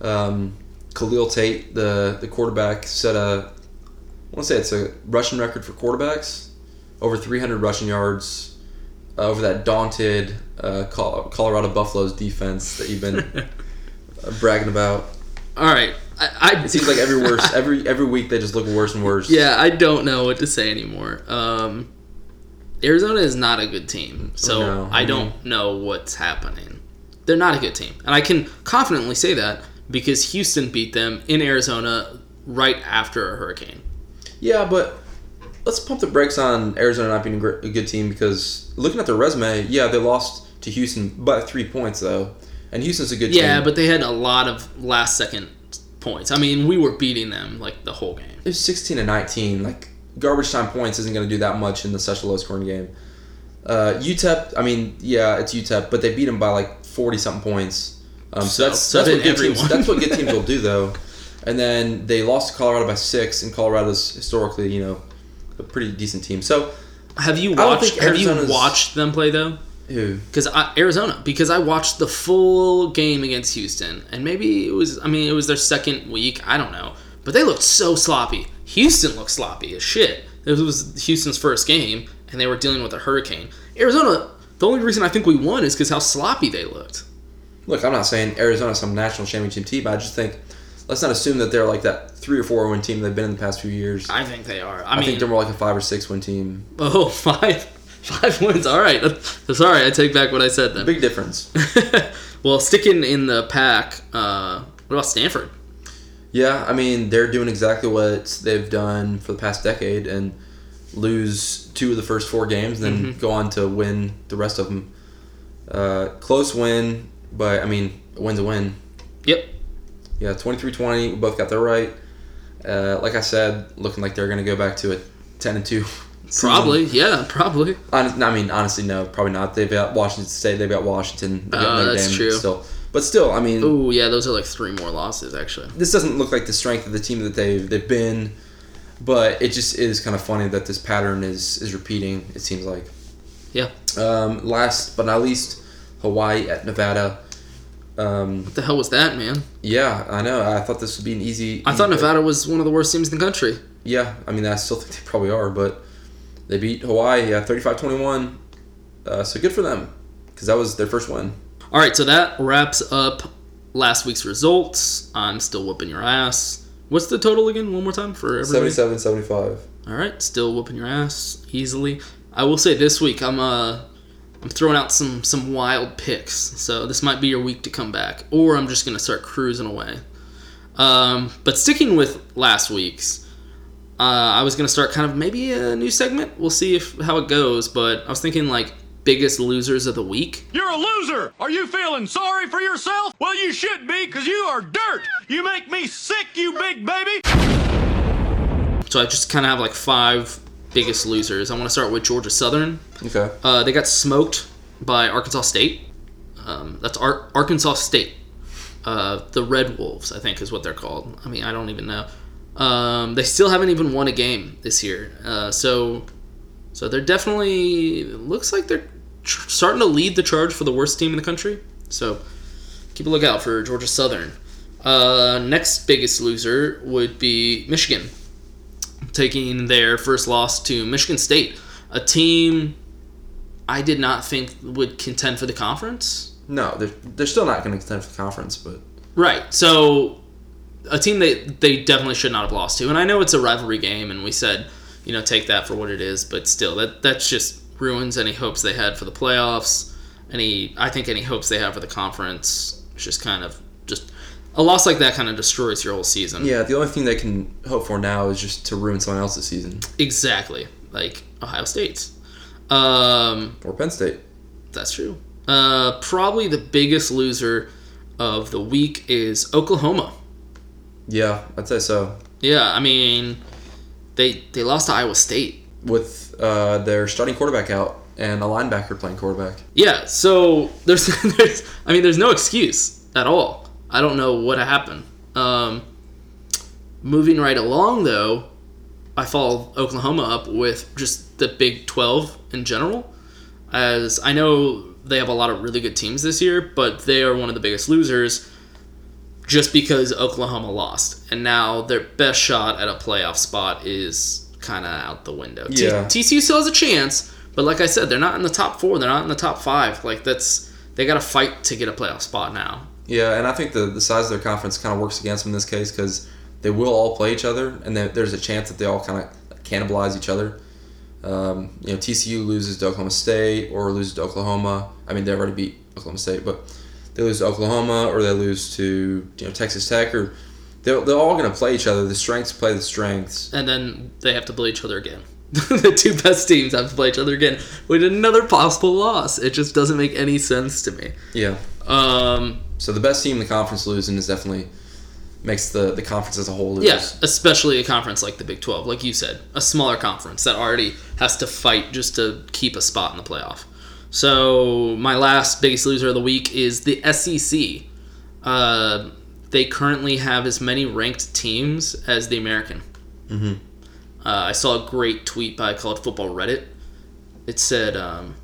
S5: Um, Khalil Tate, the the quarterback, set a. I want to say it's a rushing record for quarterbacks, over 300 rushing yards uh, over that daunted uh, Col- Colorado Buffaloes defense that you've been
S4: <laughs>
S5: uh, bragging about.
S4: All right, I, I
S5: it seems like every worse every every week they just look worse and worse.
S4: Yeah, I don't know what to say anymore. Um, Arizona is not a good team, so
S5: No,
S4: I
S5: I
S4: don't know what's happening. They're not a good team, and I can confidently say that because Houston beat them in Arizona right after a hurricane.
S5: Yeah, but let's pump the brakes on Arizona not being a gr- a good team because looking at their resume, yeah, they lost to Houston by three points though, and Houston's a good team.
S4: Yeah, but they had a lot of last second points. I mean, we were beating them like the whole game.
S5: it was 16 to 19 like garbage time points isn't going to do that much in the such a low scoring game uh, utep i mean yeah it's utep but they beat them by like 40 something points um, so,
S4: So-
S5: that's,
S4: so
S5: that's,
S4: did
S5: what good teams,
S4: everyone.
S5: that's what good
S4: <laughs>
S5: teams will do though and then they lost to colorado by six and colorado's historically you know a pretty decent team so
S4: Have you
S5: I don't
S4: watched?
S5: think
S4: Have you
S5: Arizona's-
S4: watched them play though?
S5: Who?
S4: Because Arizona. Because I watched the full game against Houston, and maybe it was. I mean, it was their second week. I don't know, but they looked so sloppy. Houston looked sloppy as shit. This was Houston's first game, and they were dealing with a hurricane. Arizona. The only reason I think we won is because how sloppy they looked.
S5: look i'm not saying arizona's some national championship team but i just think let's not assume that they're like that three or four win team they've been in the past few years
S4: I think they are.
S5: I
S4: I, mean,
S5: think they're more like a five or six win team
S4: <laughs> oh five, five wins. All right. <laughs> Sorry, I take back what I said then.
S5: big difference
S4: <laughs> Well, sticking in the pack. Uh, what about Stanford?
S5: Yeah, I mean they're doing exactly what they've done for the past decade and lose two of the first four games, then
S4: Mhm.
S5: go on to win the rest of them. Uh, close win, but I mean a win's a win.
S4: Yep.
S5: Yeah, 23-20, we both got that right. Uh, like I said, looking like they're gonna go back to a ten and two. <laughs> season.
S4: Probably. Yeah. Probably.
S5: Hon- I mean, honestly, no, probably not. They've got Washington State. They've got Washington. They've got
S4: Uh,
S5: Notre
S4: that's
S5: Dame
S4: true.
S5: Still, but still, I mean,
S4: Oh yeah, those are like three more losses actually.
S5: this doesn't look like the strength of the team that they've they've been, but it just is kind of funny that this pattern is is repeating. It seems like.
S4: Yeah.
S5: Um, last but not least, Hawaii at Nevada. Um, what
S4: the hell was that, man?
S5: Yeah, I know. I thought this would be an easy.
S4: I thought Nevada was one of the worst teams in the country.
S5: Yeah, I mean, I still think they probably are, but they beat Hawaii yeah, 35-21. Uh, so good for them, because that was their first win.
S4: All right, so that wraps up last week's results. I'm still whooping your ass. What's the total again? One more time for everybody.
S5: 77-75.
S4: All right, still whooping your ass easily. I will say this week I'm uh I'm throwing out some some wild picks, so this might be your week to come back, or I'm just gonna start cruising away. Um, but sticking with last week's, uh, I was gonna start kind of maybe a new segment. We'll see if how it goes, but I was thinking like biggest losers of the week.
S9: You're a loser! Are you feeling sorry for yourself? Well, you should be, because you are dirt! You make me sick, you big baby!
S4: So I just kind of have like five biggest losers. I want to start with Georgia Southern.
S5: Okay.
S4: Uh, they got smoked by Arkansas State. Um, that's Ar- Arkansas State. Uh, the Red Wolves, I think, is what they're called. I mean, I don't even know. Um, they still haven't even won a game this year. Uh, so, so they're definitely it looks like they're tr- starting to lead the charge for the worst team in the country. So, keep a lookout for Georgia Southern. Uh, next biggest loser would be Michigan taking their first loss to Michigan State, a team I did not think would contend for the conference.
S5: No, they're, they're still not going to contend for the conference, but
S4: Right. So a team they they definitely should not have lost to. And I know it's a rivalry game and we said, you know, take that for what it is, but still that that's just ruins any hopes they had for the playoffs. Any I think any hopes they have for the conference. It's just kind of just a loss like that kind of destroys your whole season.
S5: Yeah, the only thing they can hope for now is just to ruin someone else's season.
S4: Exactly. Like Ohio State's. Um,
S5: or Penn State.
S4: That's true. Uh, probably the biggest loser of the week is Oklahoma.
S5: Yeah, I'd say so.
S4: Yeah, I mean, they they lost to Iowa State
S5: with uh, their starting quarterback out and a linebacker playing quarterback.
S4: Yeah, so there's, <laughs> there's I mean, there's no excuse at all. I don't know what happened. Um, moving right along, though, I follow Oklahoma up with just the Big 12 in general. As I know they have a lot of really good teams this year, but they are one of the biggest losers just because Oklahoma lost. And now their best shot at a playoff spot is kind of out the window.
S5: Yeah.
S4: T- TCU still has a chance, but like I said, they're not in the top four. They're not in the top five. Like that's they got to fight to get a playoff spot now.
S5: Yeah, and I think the, the size of their conference kind of works against them in this case because they will all play each other, and they, there's a chance that they all kind of cannibalize each other. Um, you know, TCU loses to Oklahoma State or loses to Oklahoma. I mean, they already beat Oklahoma State, but they lose to Oklahoma or they lose to you know Texas Tech or they're, they're all going to play each other. The strengths play the strengths.
S4: And then they have to play each other again. <laughs> the two best teams have to play each other again with another possible loss. It just doesn't make any sense to me.
S5: Yeah.
S4: Um,
S5: so the best team in the conference losing is definitely makes the, the conference as a whole lose.
S4: Yeah, especially a conference like the Big 12, like you said, a smaller conference that already has to fight just to keep a spot in the playoff. So my last biggest loser of the week is the SEC. Uh, they currently have as many ranked teams as the American.
S5: Mm-hmm.
S4: Uh, I saw a great tweet by College Football Reddit. It said, um,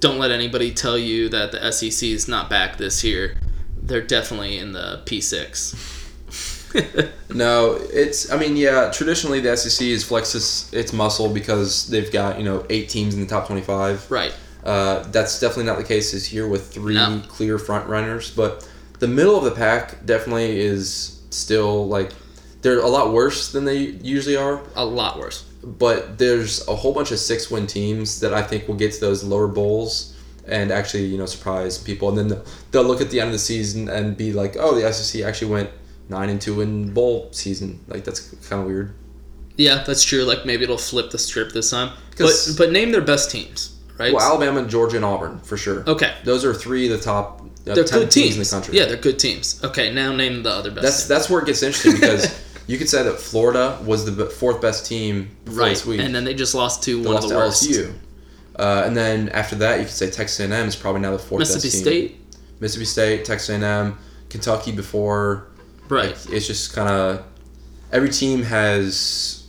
S4: "Don't let anybody tell you that the SEC is not back this year. They're definitely in the P6."
S5: no, it's. I mean, yeah. Traditionally, the SEC is flexes its muscle because they've got you know eight teams in the top twenty-five.
S4: Right.
S5: Uh, that's definitely not the case this year with three
S4: No.
S5: clear front runners, but the middle of the pack definitely is still like they're a lot worse than they usually are.
S4: A lot worse.
S5: but there's a whole bunch of six win teams that I think will get to those lower bowls and actually you know surprise people and then they'll- they'll look at the end of the season and be like oh the SEC actually went nine and two in bowl season like that's kind of weird
S4: Yeah, that's true. Like maybe it'll flip the strip this time. But
S5: 'Cause-
S4: but name their best teams, right?
S5: well Alabama Georgia and Auburn for sure
S4: Okay.
S5: those are three of the top uh,
S4: They're
S5: 10
S4: good
S5: teams
S4: teams
S5: in the country
S4: Yeah, they're good teams. Okay, now name the other best.
S5: that's
S4: team.
S5: that's where it gets
S4: <laughs>
S5: interesting because you could say that Florida was the b- fourth best team before
S4: right.
S5: this week
S4: And then they just lost to
S5: They
S4: one
S5: lost
S4: of
S5: to
S4: the worst.
S5: LSU. Uh, and then after that, you could say Texas A&M is probably now the fourth
S4: Mississippi
S5: best team.
S4: State?
S5: Mississippi State, Texas A&M, Kentucky before.
S4: Right.
S5: Like, it's just kind of every team has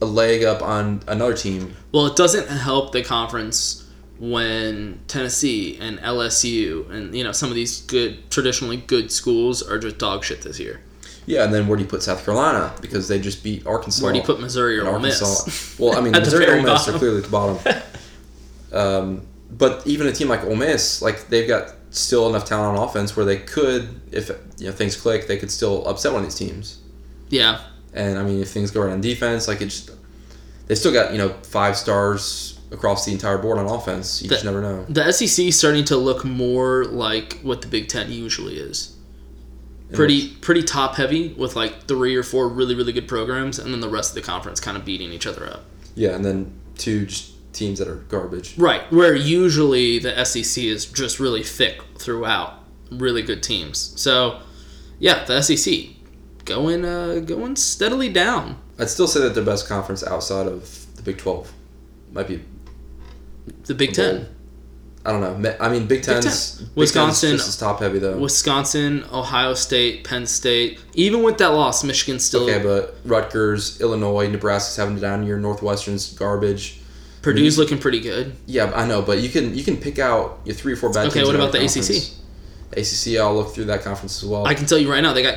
S5: a leg up on another team.
S4: Well, it doesn't help the conference when Tennessee and LSU and you know some of these good traditionally good schools are just dog shit this year.
S5: Yeah, and then where do you put South Carolina because they just beat Arkansas?
S4: Where do you put Missouri or
S5: and
S4: Ole Miss?
S5: <laughs>
S4: <laughs>
S5: Well, I mean,
S4: At the
S5: Missouri and
S4: very
S5: Ole Miss are
S4: bottom.
S5: clearly at the bottom.
S4: <laughs>
S5: um, but even a team like Ole Miss, like they've got still enough talent on offense where they could, if you know things click, they could still upset one of these teams.
S4: Yeah.
S5: And I mean, if things go right on defense, like it just they still got you know five stars across the entire board on offense. You just
S4: The-
S5: never know.
S4: The SEC is starting to look more like what the Big Ten usually is.
S5: In
S4: Pretty pretty top heavy with like three or four really really good programs, and then the rest of the conference kind of beating each other up.
S5: Yeah, and then two just teams that are garbage.
S4: Right, where usually the SEC is just really thick throughout, really good teams. So, yeah, the SEC going uh, going steadily down.
S5: I'd still say that their best conference outside of the Big Twelve might be
S4: The Big Ten,
S5: I don't know. Me- I mean, Big
S4: Ten.
S5: Ten's Big Ten's
S4: Wisconsin-
S5: just as top heavy though.
S4: Wisconsin, Ohio State, Penn State. Even with that loss, Michigan still
S5: Okay, but Rutgers, Illinois, Nebraska's having a down year. Northwestern's garbage.
S4: Purdue's
S5: I mean,
S4: looking pretty good.
S5: Yeah, I know, but you can you can pick out your three or four bad
S4: Okay,
S5: teams.
S4: what
S5: in
S4: about
S5: every
S4: the ACC?
S5: conference. ACC, I'll look through that conference as well.
S4: I can tell you right now, they got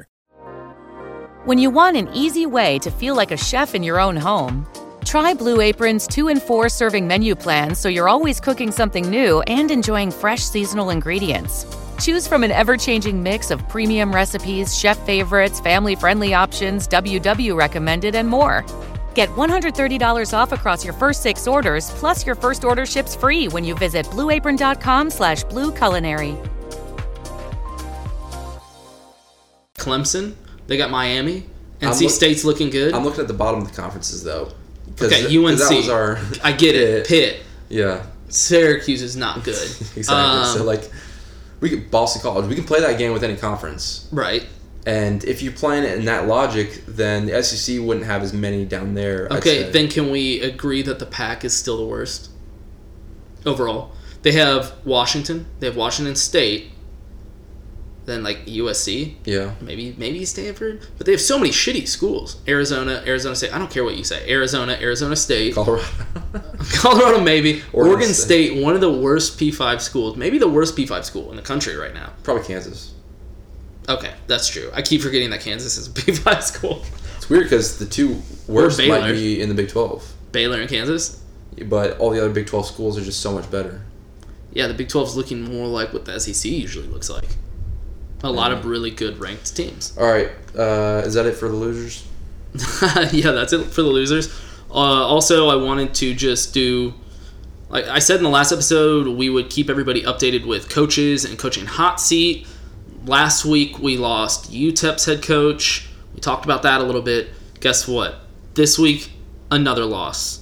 S7: When you want an easy way to feel like a chef in your own home, try Blue Apron's 2 and 4 serving menu plans so you're always cooking something new and enjoying fresh seasonal ingredients. Choose from an ever changing mix of premium recipes, chef favorites, family friendly options, WW recommended, and more. Get $130 off across your first six orders, plus your first order ships free when you visit blueapron.com slash blueculinary.
S4: Clemson. They got Miami. NC
S5: I'm look-
S4: State's looking good.
S5: I'm looking at the bottom of the conferences though. 'Cause-
S4: Okay,
S5: 'cause
S4: UNC.
S5: That was our. <laughs>
S4: I get it. Pitt.
S5: Yeah.
S4: Syracuse is not good.
S5: <laughs> Exactly.
S4: Um,
S5: so like, we could Boston College. We can play that game with any conference.
S4: Right.
S5: And if you're playing it in that logic, then the SEC wouldn't have as many down there. I'd
S4: Okay,
S5: say.
S4: then can we agree that the pack is still the worst overall? They have Washington, they have Washington State, then like USC,
S5: Yeah.
S4: maybe maybe Stanford, but they have so many shitty schools. Arizona, Arizona State. I don't care what you say. Arizona, Arizona State,
S5: Colorado,
S4: <laughs>
S5: <laughs>
S4: Colorado, maybe Oregon,
S5: Oregon
S4: State. One of the worst P five schools, maybe the worst P five school in the country right now.
S5: Probably Kansas.
S4: Okay, that's true. I keep forgetting that Kansas is a <laughs> P five school.
S5: It's weird because the two worst
S4: Or Baylor.
S5: might be in the Big Twelve,
S4: Baylor and Kansas.
S5: but all the other Big Twelve schools are just so much better.
S4: Yeah, the Big 12 is looking more like what the SEC usually looks like. A lot of really good ranked teams.
S5: All right, uh, is that it for the losers?
S4: <laughs> yeah, that's it for the losers. Uh, also, I wanted to just do, like I said in the last episode, we would keep everybody updated with coaches and coaching hot seat. Last week, we lost UTEP's head coach. We talked about that a little bit. Guess what? This week, another loss.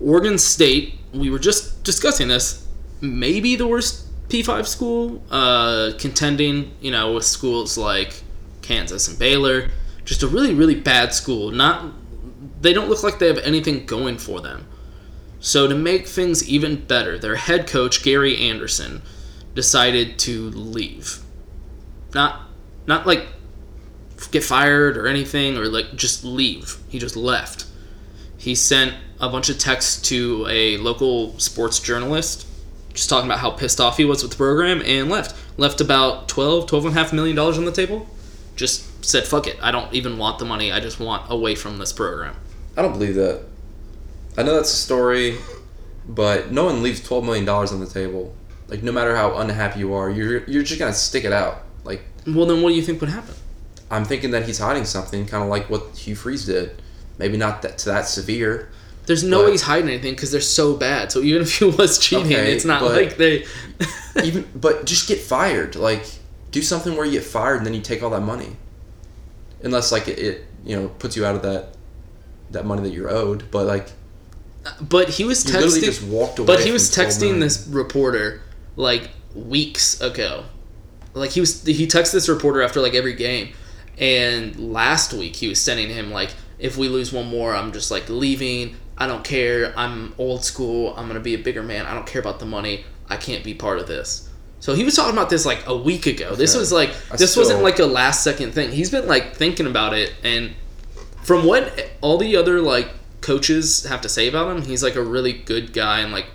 S4: Oregon State, we were just discussing this, maybe the worst P5 school, uh, contending, you know, with schools like Kansas and Baylor. Just a really, really bad school. Not, they don't look like they have anything going for them. So to make things even better, their head coach Gary Anderson decided to leave. Not, not like get fired or anything, or like just leave. He just left he sent a bunch of texts to a local sports journalist just talking about how pissed off he was with the program and left left about 12 12 and a half million dollars on the table just said fuck it i don't even want the money i just want away from this program
S5: I don't believe that. I know that's a story, but no one leaves twelve million dollars on the table. Like no matter how unhappy you are, you're you're just gonna stick it out. Like
S4: well then what do you think would happen
S5: I'm thinking that he's hiding something, kind of like what Hugh Freeze did. Maybe not that to that severe.
S4: there's no way he's hiding anything because they're so bad so even if he was cheating
S5: Okay,
S4: it's not
S5: but-
S4: like they
S5: even but just get fired. Like do something where you get fired and then you take all that money. Unless like it, it you know puts you out of that that money that you're owed, but like
S4: but he was
S5: You literally
S4: texting
S5: just walked away
S4: but he
S5: from
S4: was
S5: 12
S4: texting
S5: million.
S4: this reporter like weeks ago like he was he texted this reporter after like every game and last week he was sending him like if we lose one more i'm just like leaving i don't care i'm old school i'm gonna be a bigger man i don't care about the money i can't be part of this so he was talking about this like a week ago this
S5: Okay.
S4: was like
S5: I
S4: this wasn't
S5: still-
S4: like a last second thing he's been like thinking about it and from what all the other like coaches have to say about him, he's like a really good guy and like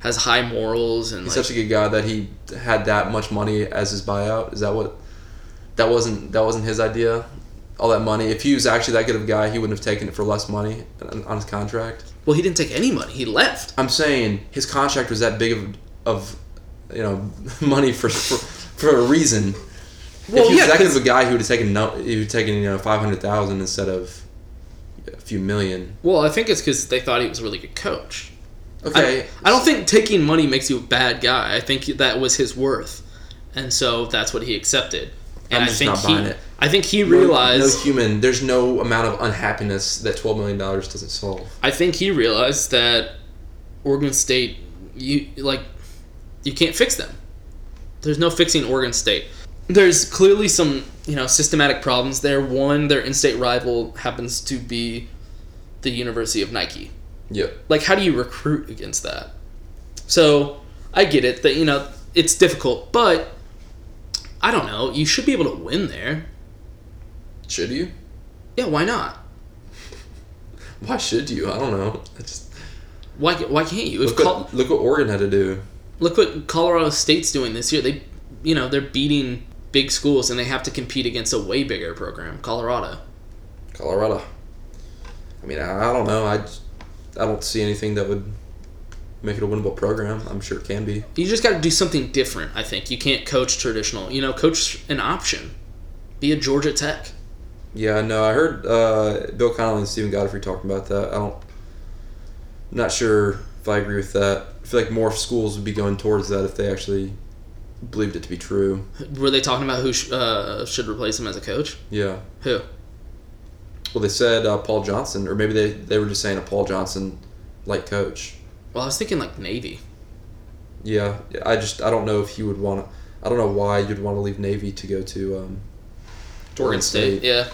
S4: has high morals and
S5: he's
S4: like,
S5: such a good guy that he had that much money as his buyout. Is that what? That wasn't that wasn't his idea. All that money. If he was actually that good of a guy, he wouldn't have taken it for less money on on his contract.
S4: well, he didn't take any money. He left.
S5: I'm saying his contract was that big of of you know <laughs> money for for, for a reason.
S4: Well,
S5: if he
S4: yeah,
S5: was that good
S4: 'cause-
S5: of a guy, he would have taken no, he would have taken you know five hundred thousand instead of a few million.
S4: Well, I think it's because they thought he was a really good coach.
S5: Okay.
S4: I, I don't think taking money makes you a bad guy. I think that was his worth, and so that's what he accepted. And
S5: I'm
S4: I
S5: just
S4: think
S5: not
S4: he,
S5: buying it.
S4: I think he
S5: No-
S4: realized.
S5: no human. There's no amount of unhappiness that twelve million dollars doesn't solve.
S4: I think he realized that Oregon State, you like, you can't fix them. There's no fixing Oregon State. there's clearly some you know systematic problems there. One, their in-state rival happens to be the University of Nike.
S5: Yep.
S4: Like, how do you recruit against that? So I get it that you know it's difficult, but I don't know. You should be able to win there.
S5: Should you?
S4: Yeah, why not?
S5: Why should you? I don't know. I just
S4: Why why can't you? If
S5: look,
S4: Col-
S5: what, look what Oregon had to do.
S4: look what Colorado State's doing this year. They, you know, they're beating big schools and they have to compete against a way bigger program, Colorado.
S5: Colorado. I mean, I, I don't know. I, j- I don't see anything that would make it a winnable program. I'm sure it can be.
S4: You just got to do something different. I think you can't coach traditional. You know, coach an option. Be a Georgia Tech.
S5: Yeah, no, I heard uh, Bill Connolly and Stephen Godfrey talking about that. I don't, I'm not sure if I agree with that. I feel like more schools would be going towards that if they actually believed it to be true.
S4: Were they talking about who sh- uh, should replace him as a coach?
S5: Yeah.
S4: Who?
S5: Well, they said uh, Paul Johnson, or maybe they, they were just saying a Paul Johnson like coach.
S4: Well, I was thinking like Navy.
S5: Yeah, I just I don't know if he would want to. I don't know why you'd want to leave Navy to go to um, to Oregon State.
S4: Yeah.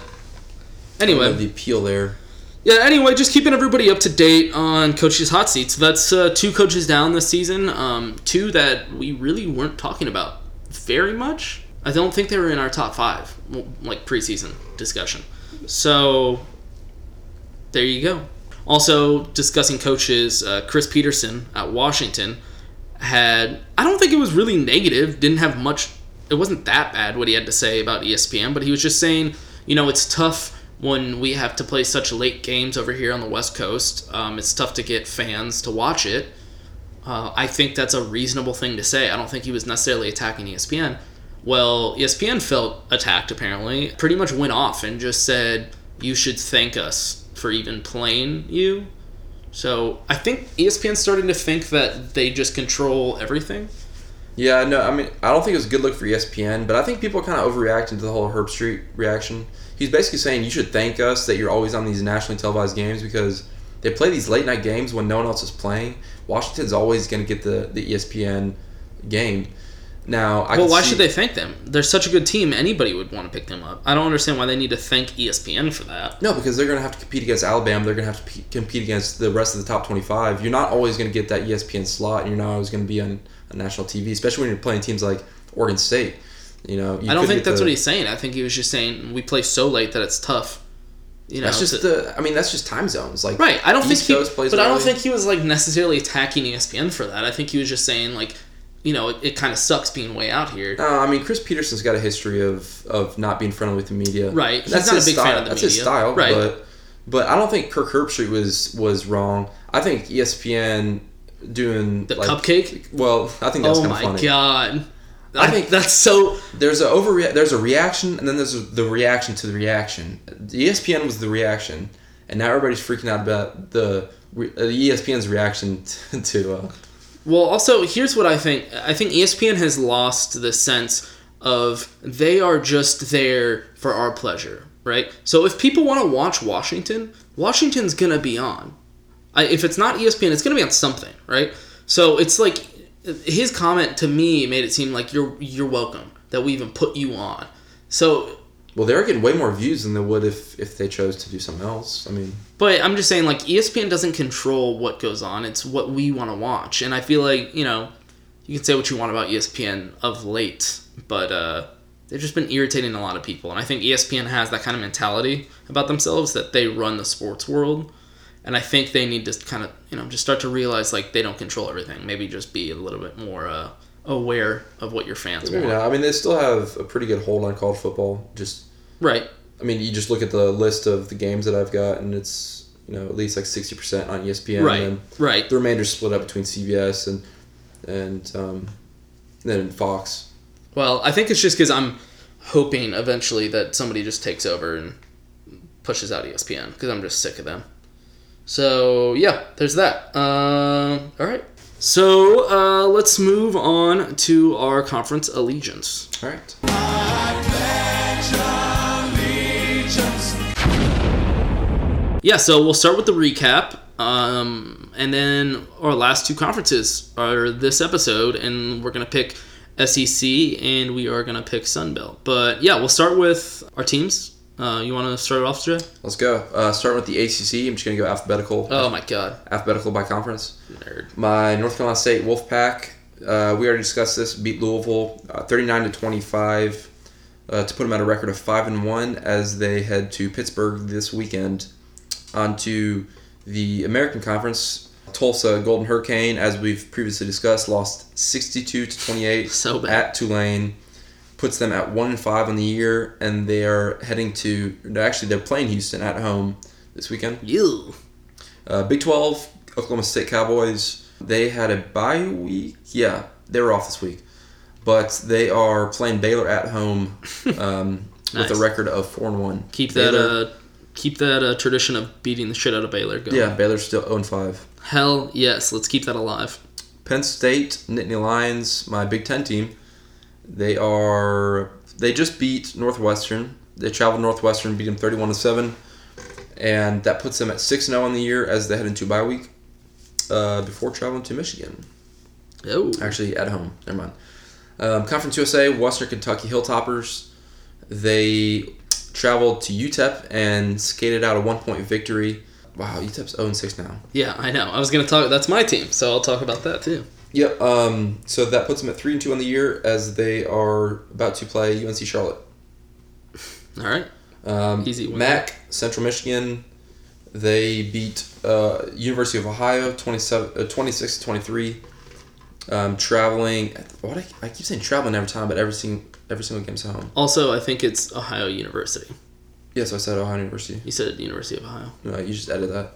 S4: Anyway.
S5: I don't know the appeal there.
S4: Yeah, anyway, just keeping everybody up to date on coaches' hot seats. That's uh, two coaches down this season, um, two that we really weren't talking about very much. I don't think they were in our top five, w- like preseason discussion. So, there you go. Also, discussing coaches, uh, Chris Peterson at Washington had, I don't think it was really negative, didn't have much, it wasn't that bad what he had to say about E ESPN, but he was just saying, you know, it's tough when we have to play such late games over here on the West Coast. Um, it's tough to get fans to watch it. Uh, I think that's a reasonable thing to say. I don't think he was necessarily attacking E ESPN. Well, E ESPN felt attacked apparently. Pretty much went off and just said, you should thank us for even playing you. So I think E ESPN's starting to think that they just control everything.
S5: Yeah, no, I mean I don't think it was a good look for E ESPN, but I think people are kind of overreacting to the whole Herb Street reaction. He's basically saying you should thank us that you're always on these nationally televised games because they play these late night games when no one else is playing. Washington's always going to get the the E ESPN game. Now, I
S4: well,
S5: can
S4: why
S5: see-
S4: should they thank them? They're such a good team. Anybody would want to pick them up. I don't understand why they need to thank E ESPN for that.
S5: No, because they're going to have to compete against Alabama. They're going to have to p- compete against the rest of the top 25. You're not always going to get that E ESPN slot, and you're not always going to be on, on national TV, especially when you're playing teams like Oregon State. You know, you
S4: I don't
S5: could
S4: think
S5: get
S4: that's
S5: the-
S4: what he's saying. I think he was just saying we play so late that it's tough. You know,
S5: that's just
S4: to-
S5: the. I mean, that's just time zones. Like
S4: right. I don't think
S5: East
S4: he,
S5: Coast plays
S4: but I don't
S5: early.
S4: think he was like necessarily attacking E ESPN for that. I think he was just saying like, you know, it, it kind of sucks being way out here.
S5: No, I mean Chris Peterson's got a history of of not being friendly with the media.
S4: Right, he's
S5: that's
S4: not a
S5: his
S4: big fan
S5: style.
S4: of the
S5: that's his
S4: media.
S5: style.
S4: Right.
S5: but but I don't think Kirk Herbstreit was was wrong. I think E ESPN doing the
S4: cupcake?
S5: Well, I think that's
S4: oh
S5: kind of
S4: my
S5: funny.
S4: god.
S5: I think
S4: that's so.
S5: There's a overrea- There's a reaction, and then there's the reaction to the reaction. E The ESPN was the reaction, and now everybody's freaking out about the re- uh, the ESPN's reaction <laughs> to. to uh,
S4: Well, also, here's what I think. I think E ESPN has lost the sense of they are just there for our pleasure, right? So if people want to watch Washington, Washington's going to be on. I, if it's not E ESPN, it's going to be on something, right? So it's like his comment to me made it seem like you're you're welcome that we even put you on. So
S5: well, they're getting way more views than they would if if they chose to do something else. I mean,
S4: But I'm just saying, like, E ESPN doesn't control what goes on. It's what we want to watch. And I feel like, you know, you can say what you want about E ESPN of late, but uh, they've just been irritating a lot of people. And I think E ESPN has that kind of mentality about themselves that they run the sports world. And I think they need to kind of, you know, just start to realize, like, they don't control everything. Maybe just be a little bit more uh, aware of what your fans
S5: maybe
S4: want.
S5: not. I mean, they still have a pretty good hold on college football. Just
S4: Right.
S5: I mean, you just look at the list of the games that I've got, and it's you know at least like sixty percent on E ESPN.
S4: Right,
S5: And
S4: right.
S5: The remainder split up between CBS and and um, then Fox.
S4: Well, I think it's just because I'm hoping eventually that somebody just takes over and pushes out E ESPN because I'm just sick of them. So yeah, there's that. Uh, all right. So uh, let's move on to our conference allegiance.
S5: All right.
S4: Yeah, so we'll start with the recap, um, and then our last two conferences are this episode, and we're gonna pick SEC, and we are gonna pick Sunbelt. But yeah, we'll start with our teams. Uh, you want to start it off, Jay?
S5: Let's go. Uh, starting with the ACC, I'm just going to go alphabetical.
S4: Oh my god.
S5: Alphabetical by conference. Nerd. My North Carolina State Wolfpack. Uh, we already discussed this. Beat Louisville, uh, 39 to 25, uh, to put them at a record of five and one as they head to Pittsburgh this weekend. Onto the American Conference. Tulsa Golden Hurricane, as we've previously discussed, lost 62 to 28
S4: so bad.
S5: at Tulane puts them at one and five on the year, and they are heading to. Actually, they're playing Houston at home this weekend.
S4: You.
S5: Uh, Big Twelve, Oklahoma State Cowboys. They had a bye week. Yeah, they were off this week, but they are playing Baylor at
S4: <laughs>
S5: home um,
S4: Nice.
S5: with a record of four and one.
S4: Keep that
S5: Baylor-
S4: uh, keep that uh, tradition of beating the shit out of Baylor going.
S5: yeah, Baylor's still zero and five.
S4: Hell yes, let's keep that alive.
S5: Penn State, Nittany Lions, my Big Ten team. They are they just beat Northwestern. They traveled Northwestern, beat them thirty-one to seven, and that puts them at six zero on the year as they head into bye week uh, before traveling to Michigan.
S4: Oh,
S5: actually at home. Never mind. Um, Conference USA, Western Kentucky Hilltoppers. They traveled to UTEP and skated out a one-point victory. Wow, E UTEP's zero oh six now.
S4: Yeah, I know. I was gonna talk. That's my team, so I'll talk about that too.
S5: Yep. Um, so that puts them at three and two on the year as they are about to play UNC Charlotte.
S4: All right.
S5: Um,
S4: Easy win.
S5: Mac Central Michigan. They beat uh, University of Ohio 27, uh, 26 23. Um, traveling. What I, I keep saying traveling every time, but every single every single game's at home.
S4: Also, I think it's Ohio University.
S5: Yes, I said Ohio University.
S4: You said University of Ohio.
S5: No, you just added that.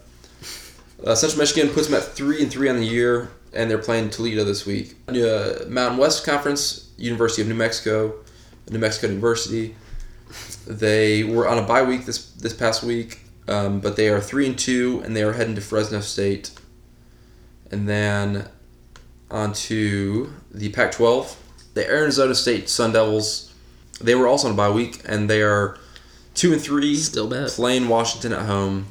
S5: Uh, Central Michigan puts them at three and three on the year, and they're playing Toledo this week. Uh, Mountain West Conference, University of New Mexico, New Mexico University. They were on a bye week this this past week, um, but they are three and two, and they are heading to Fresno State. And then on to the Pac-12, the Arizona State Sun Devils. They were also on a bye week, and they are two and three,
S4: still bad,
S5: playing Washington at
S4: <laughs>
S5: home.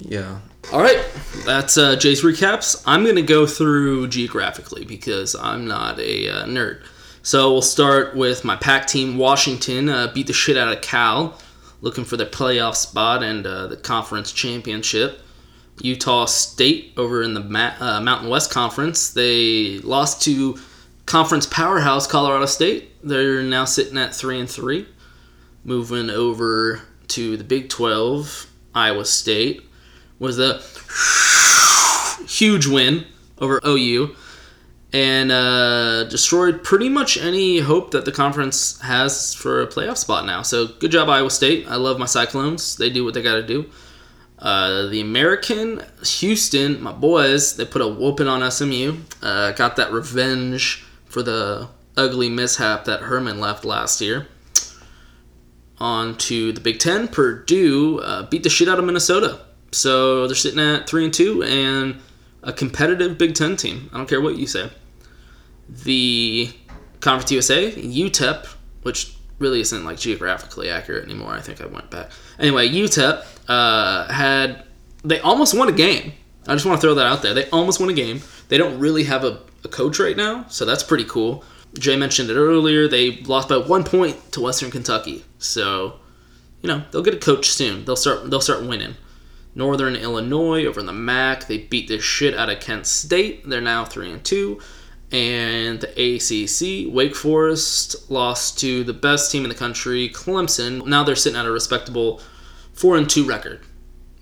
S5: yeah,
S4: All right, that's uh, Jay's recaps. I'm gonna go through geographically because I'm not a uh, nerd. So we'll start with my pack team. Washington uh, beat the shit out of Cal, looking for their playoff spot and uh, the conference championship. Utah State over in the Ma- uh, Mountain West Conference. They lost to conference powerhouse Colorado State. They're now sitting at three and three. Moving over to the Big Twelve, Iowa State was a huge win over OU and uh, destroyed pretty much any hope that the conference has for a playoff spot now. So good job, Iowa State. I love my Cyclones. They do what they got to do. Uh, the American, Houston, my boys, they put a whooping on SMU. Uh, got that revenge for the ugly mishap that Herman left last year. On to the Big Ten, Purdue uh, beat the shit out of Minnesota. So they're sitting at three and two and a competitive Big Ten team. I don't care what you say. The Conference USA, UTEP, E which really isn't like geographically accurate anymore. I think I went back. Anyway, UTEP uh, had they almost won a game. I just want to throw that out there. They almost won a game. They don't really have a, a coach right now, so that's pretty cool. Jay mentioned it earlier. They lost by one point to Western Kentucky, so you know they'll get a coach soon. They'll start. They'll start winning. Northern Illinois over in the MAC. They beat the shit out of Kent State. They're now three and two. And the ACC, Wake Forest lost to the best team in the country, Clemson. Now they're sitting at a respectable four and two record.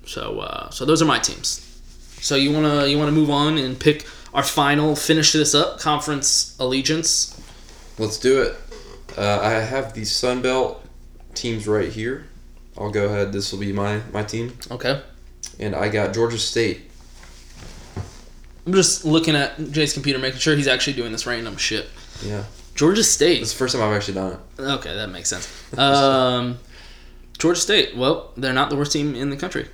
S4: So, uh, so those are my teams. So you wanna you wanna move on and pick our final, finish this up, conference allegiance.
S5: Let's do it. Uh, I have the Sun Belt teams right here. I'll go ahead. This will be my my team.
S4: Okay.
S5: And I got Georgia State.
S4: I'm just looking at Jay's computer, making sure he's actually doing this random shit.
S5: Yeah.
S4: Georgia State.
S5: It's the first time I've actually done it.
S4: Okay, that makes sense. Um, Georgia State. Well, they're not the worst team in the country,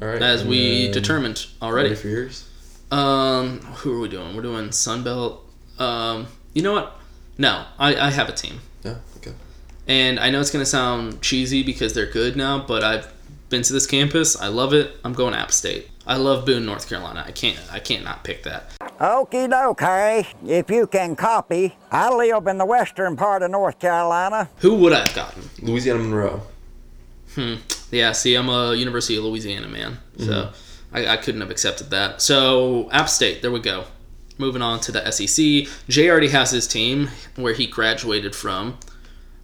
S5: All right.
S4: as
S5: and
S4: we
S5: then-
S4: determined already.
S5: Ready for yours?
S4: Um, who are we doing? We're doing Sunbelt. Um, you know what? No, I, I have a team,
S5: Yeah. Okay.
S4: and I know it's gonna sound cheesy because they're good now, but I've been to this campus. I love it. I'm going App State. I love Boone, North Carolina. I can't I can't not pick that.
S10: Okie doke, Harry. If you can copy, I live in the western part of North Carolina.
S4: Who would I have gotten?
S5: Louisiana Monroe.
S4: Hmm. Yeah, see, I'm a University of Louisiana man,
S5: Mm-hmm.
S4: so I, I couldn't have accepted that. So, App State, there we go. Moving on to the SEC. Jay already has his team where he graduated from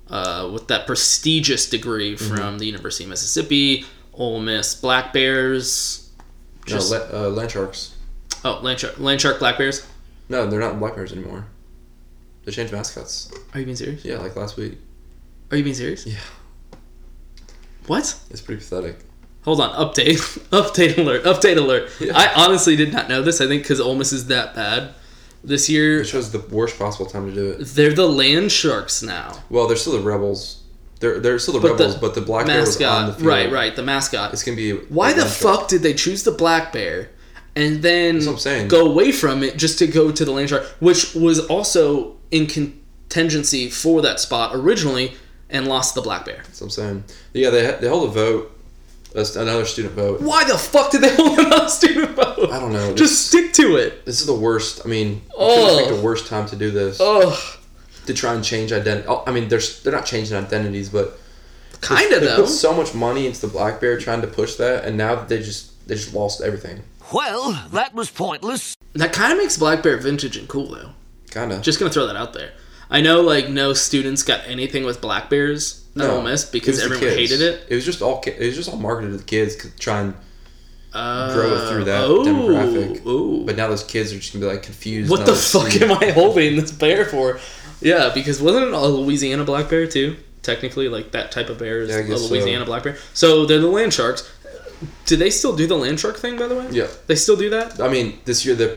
S4: uh, with that prestigious degree from
S5: Mhm.
S4: the University of Mississippi, Ole Miss Black Bears.
S5: No, Le- uh, Land Sharks.
S4: Oh, Land Shark, Land Shark Black Bears?
S5: No, they're not Black Bears anymore. They changed mascots.
S4: Are you being serious?
S5: Yeah, like last week.
S4: Are you being serious?
S5: Yeah.
S4: What?
S5: It's pretty pathetic.
S4: Hold on, update, <laughs> update alert, update alert. I honestly did not know this. I think because Ole Miss is that bad this year.
S5: It shows the worst possible time to do it.
S4: They're the Land Sharks now.
S5: Well, they're still the Rebels. They're they're still the
S4: But the
S5: Rebels, but the Black Bear was on the
S4: mascot,
S5: field.
S4: right, right, the mascot.
S5: It's gonna be
S4: Why
S5: like
S4: the
S5: Land Sharks.
S4: fuck did they choose the black bear and then go away from it just to go to the land shark, which was also in contingency for that spot originally and lost the black bear?
S5: That's what I'm saying. Yeah, they they held a vote. That's another student vote.
S4: Why the fuck did they <laughs> hold another student vote?
S5: I don't know.
S4: Just stick to it.
S5: This is the worst. I mean,
S4: Ugh.
S5: I picked the worst time to do this.
S4: Ugh.
S5: To try and change identity. I mean, they're s- they're not changing identities, but
S4: Kinda,
S5: they, they
S4: though.
S5: put so much money into the black bear trying to push that, and now they just they just lost everything.
S4: Well, that was pointless. That kind of makes Black Bear vintage and cool though.
S5: Kinda.
S4: Just gonna throw that out there. I know like no students got anything with Black Bears at Ole Miss because
S5: it was the
S4: everyone
S5: kids.
S4: hated it.
S5: It was just all ki- it was just all marketed to the kids to try and
S4: Uh,
S5: grow it through that
S4: oh,
S5: demographic.
S4: oh.
S5: But now those kids are just gonna be like confused.
S4: What
S5: now
S4: the
S5: they
S4: fuck
S5: see-
S4: am I holding this bear for? Yeah, because wasn't it a Louisiana black bear too? Technically, like that type of bear is
S5: Yeah, I
S4: a
S5: guess so.
S4: Louisiana black bear. So they're the land sharks. Do they still do the land shark thing, by the way?
S5: Yeah.
S4: They still do that?
S5: I mean, this year the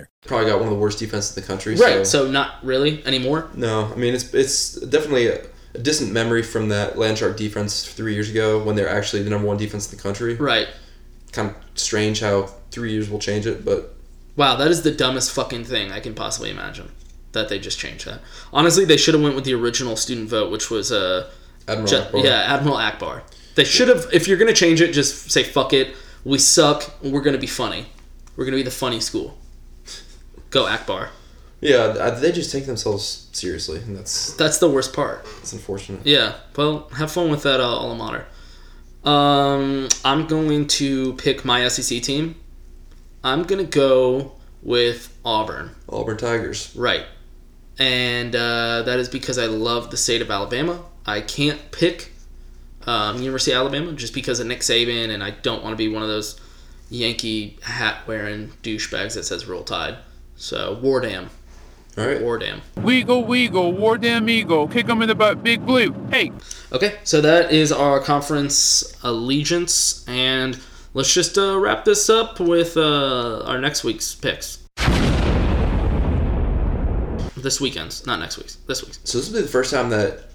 S5: probably got one of the worst defenses in the country.
S4: Right. So, not really anymore.
S5: No, I mean it's it's definitely a, a distant memory from that Landshark defense three years ago when they're actually the number one defense in the country.
S4: Right.
S5: Kind of strange how three years will change it, but
S4: Wow, that is the dumbest fucking thing I can possibly imagine. That they just changed that. Honestly, they should have went with the original student vote, which was uh,
S5: Admiral
S4: Ju-
S5: Akbar.
S4: Yeah, Admiral Akbar. They should have. If you're gonna change it, just say fuck it. We suck. We're gonna be funny. We're gonna be the funny school. Go Akbar.
S5: yeah, th- they just take themselves seriously, and that's
S4: That's the worst part.
S5: that's unfortunate.
S4: Yeah. Well, have fun with that uh, alma mater. Um, I'm going to pick my SEC team. I'm gonna go with Auburn.
S5: Auburn Tigers.
S4: Right. And uh, that is because I love the state of Alabama. I can't pick um, University of Alabama just because of Nick Saban, and I don't want to be one of those Yankee hat wearing douchebags that says Roll Tide. So, Wardam.
S5: All right.
S4: Wardam.
S11: We go, we go, war damn eagle, kick 'em in the butt, big blue. Hey.
S4: Okay, so that is our conference allegiance, and let's just uh, wrap this up with uh, our next week's picks. This weekend's, not next week's, this week's.
S5: So this will be the first time that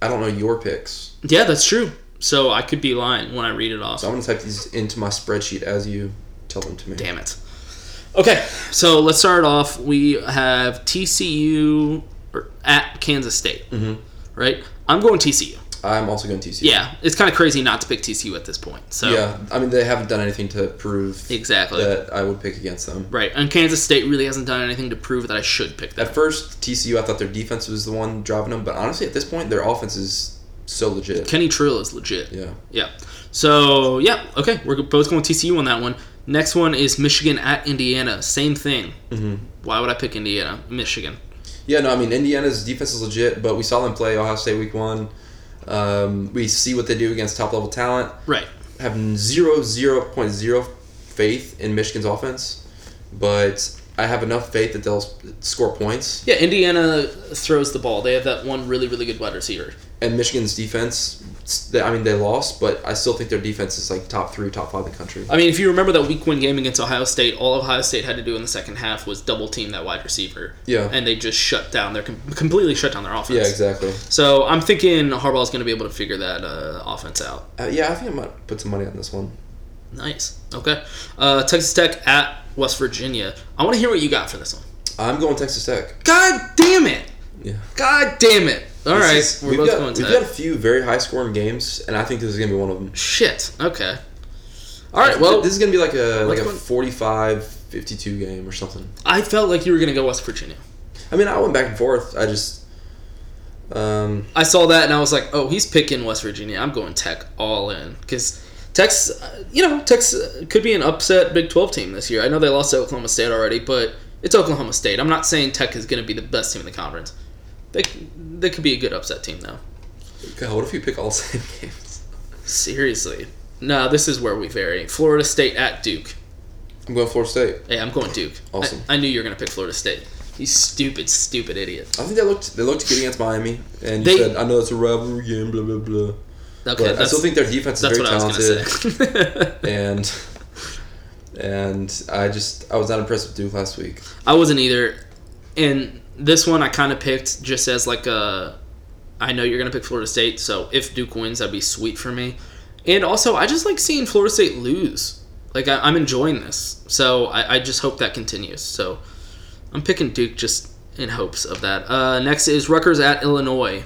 S5: I don't know your picks.
S4: Yeah, that's true. So I could be lying when I read it off.
S5: So I'm gonna type these into my spreadsheet as you tell them to me.
S4: Damn it. Okay, so let's start off. We have TCU or er, at Kansas State,
S5: Mhm.
S4: right? I'm going TCU.
S5: I'm also going TCU.
S4: Yeah, it's kind of crazy not to pick TCU at this point. So
S5: yeah. I mean, they haven't done anything to prove
S4: Exactly.
S5: that I would pick against them.
S4: right, and Kansas State really hasn't done anything to prove that I should pick them.
S5: At first, TCU, I thought their defense was the one driving them, but honestly, at this point, their offense is so legit.
S4: Kenny Trill is legit.
S5: Yeah.
S4: Yeah. So yeah, okay, we're both going TCU on that one. Next one is Michigan at Indiana. Same thing.
S5: Mhm.
S4: Why would I pick Indiana? Michigan.
S5: Yeah, no, I mean, Indiana's defense is legit, but we saw them play Ohio State week one. Um, we see what they do against top level talent.
S4: Right.
S5: Have zero zero point zero faith in Michigan's offense, but I have enough faith that they'll s- score points.
S4: Yeah, Indiana throws the ball. They have that one really, really good wide receiver.
S5: And Michigan's defense s- they- I mean, they lost, but I still think their defense is like top three, top five in the country.
S4: I mean, if you remember that week one game against Ohio State, all Ohio State had to do in the second half was double team that wide receiver.
S5: Yeah.
S4: And they just shut down their com- completely shut down their offense.
S5: Yeah, exactly.
S4: So I'm thinking Harbaugh's going to be able to figure that uh, offense out.
S5: Uh, yeah, I think I might put some money on this one.
S4: Nice. Okay. Uh, Texas Tech at West Virginia. I want to hear what you got for this one.
S5: I'm going Texas Tech.
S4: God damn it!
S5: Yeah.
S4: God damn it! All
S5: This
S4: right,
S5: is-
S4: we're
S5: we've
S4: both
S5: got,
S4: going
S5: We've
S4: Tech.
S5: got a few very high scoring games, and I think this is gonna be one of them.
S4: Shit. Okay. All right. Well,
S5: this is gonna be like a like
S4: let's
S5: a
S4: go-
S5: 45 52 game or something.
S4: I felt like you were going to go West Virginia.
S5: I mean, I went back and forth. I just um,
S4: I saw that and I was like, oh, he's picking West Virginia. I'm going Tech all in because Tech's, uh, you know, Tech's uh, could be an upset Big 12 team this year. I know they lost to Oklahoma State already, but it's Oklahoma State. I'm not saying Tech is going to be the best team in the conference. They c- they could be a good upset team though.
S5: God, what if you pick all <laughs> the same games?
S4: Seriously, no, this is where we vary. Florida State at Duke.
S5: I'm going Florida State.
S4: Hey, I'm going Duke. I-
S5: Awesome.
S4: I, knew you were going to pick Florida State. You stupid, stupid idiot.
S5: I think they looked they looked good against Miami, and you
S4: They-
S5: said I know it's a rivalry game, blah blah blah.
S4: Okay,
S5: but I
S4: that's-
S5: still think their defense is
S4: that's
S5: very
S4: what I was gonna <laughs>
S5: talented, and and I just I was not impressed with Duke last week.
S4: I wasn't either. And this one I kind of picked just as like a. I know you're going to pick Florida State, so if Duke wins, that'd be sweet for me. And also, I just like seeing Florida State lose. Like, I, I'm enjoying this. So I, I just hope that continues. So I'm picking Duke just in hopes of that. Uh, next is Rutgers at Illinois.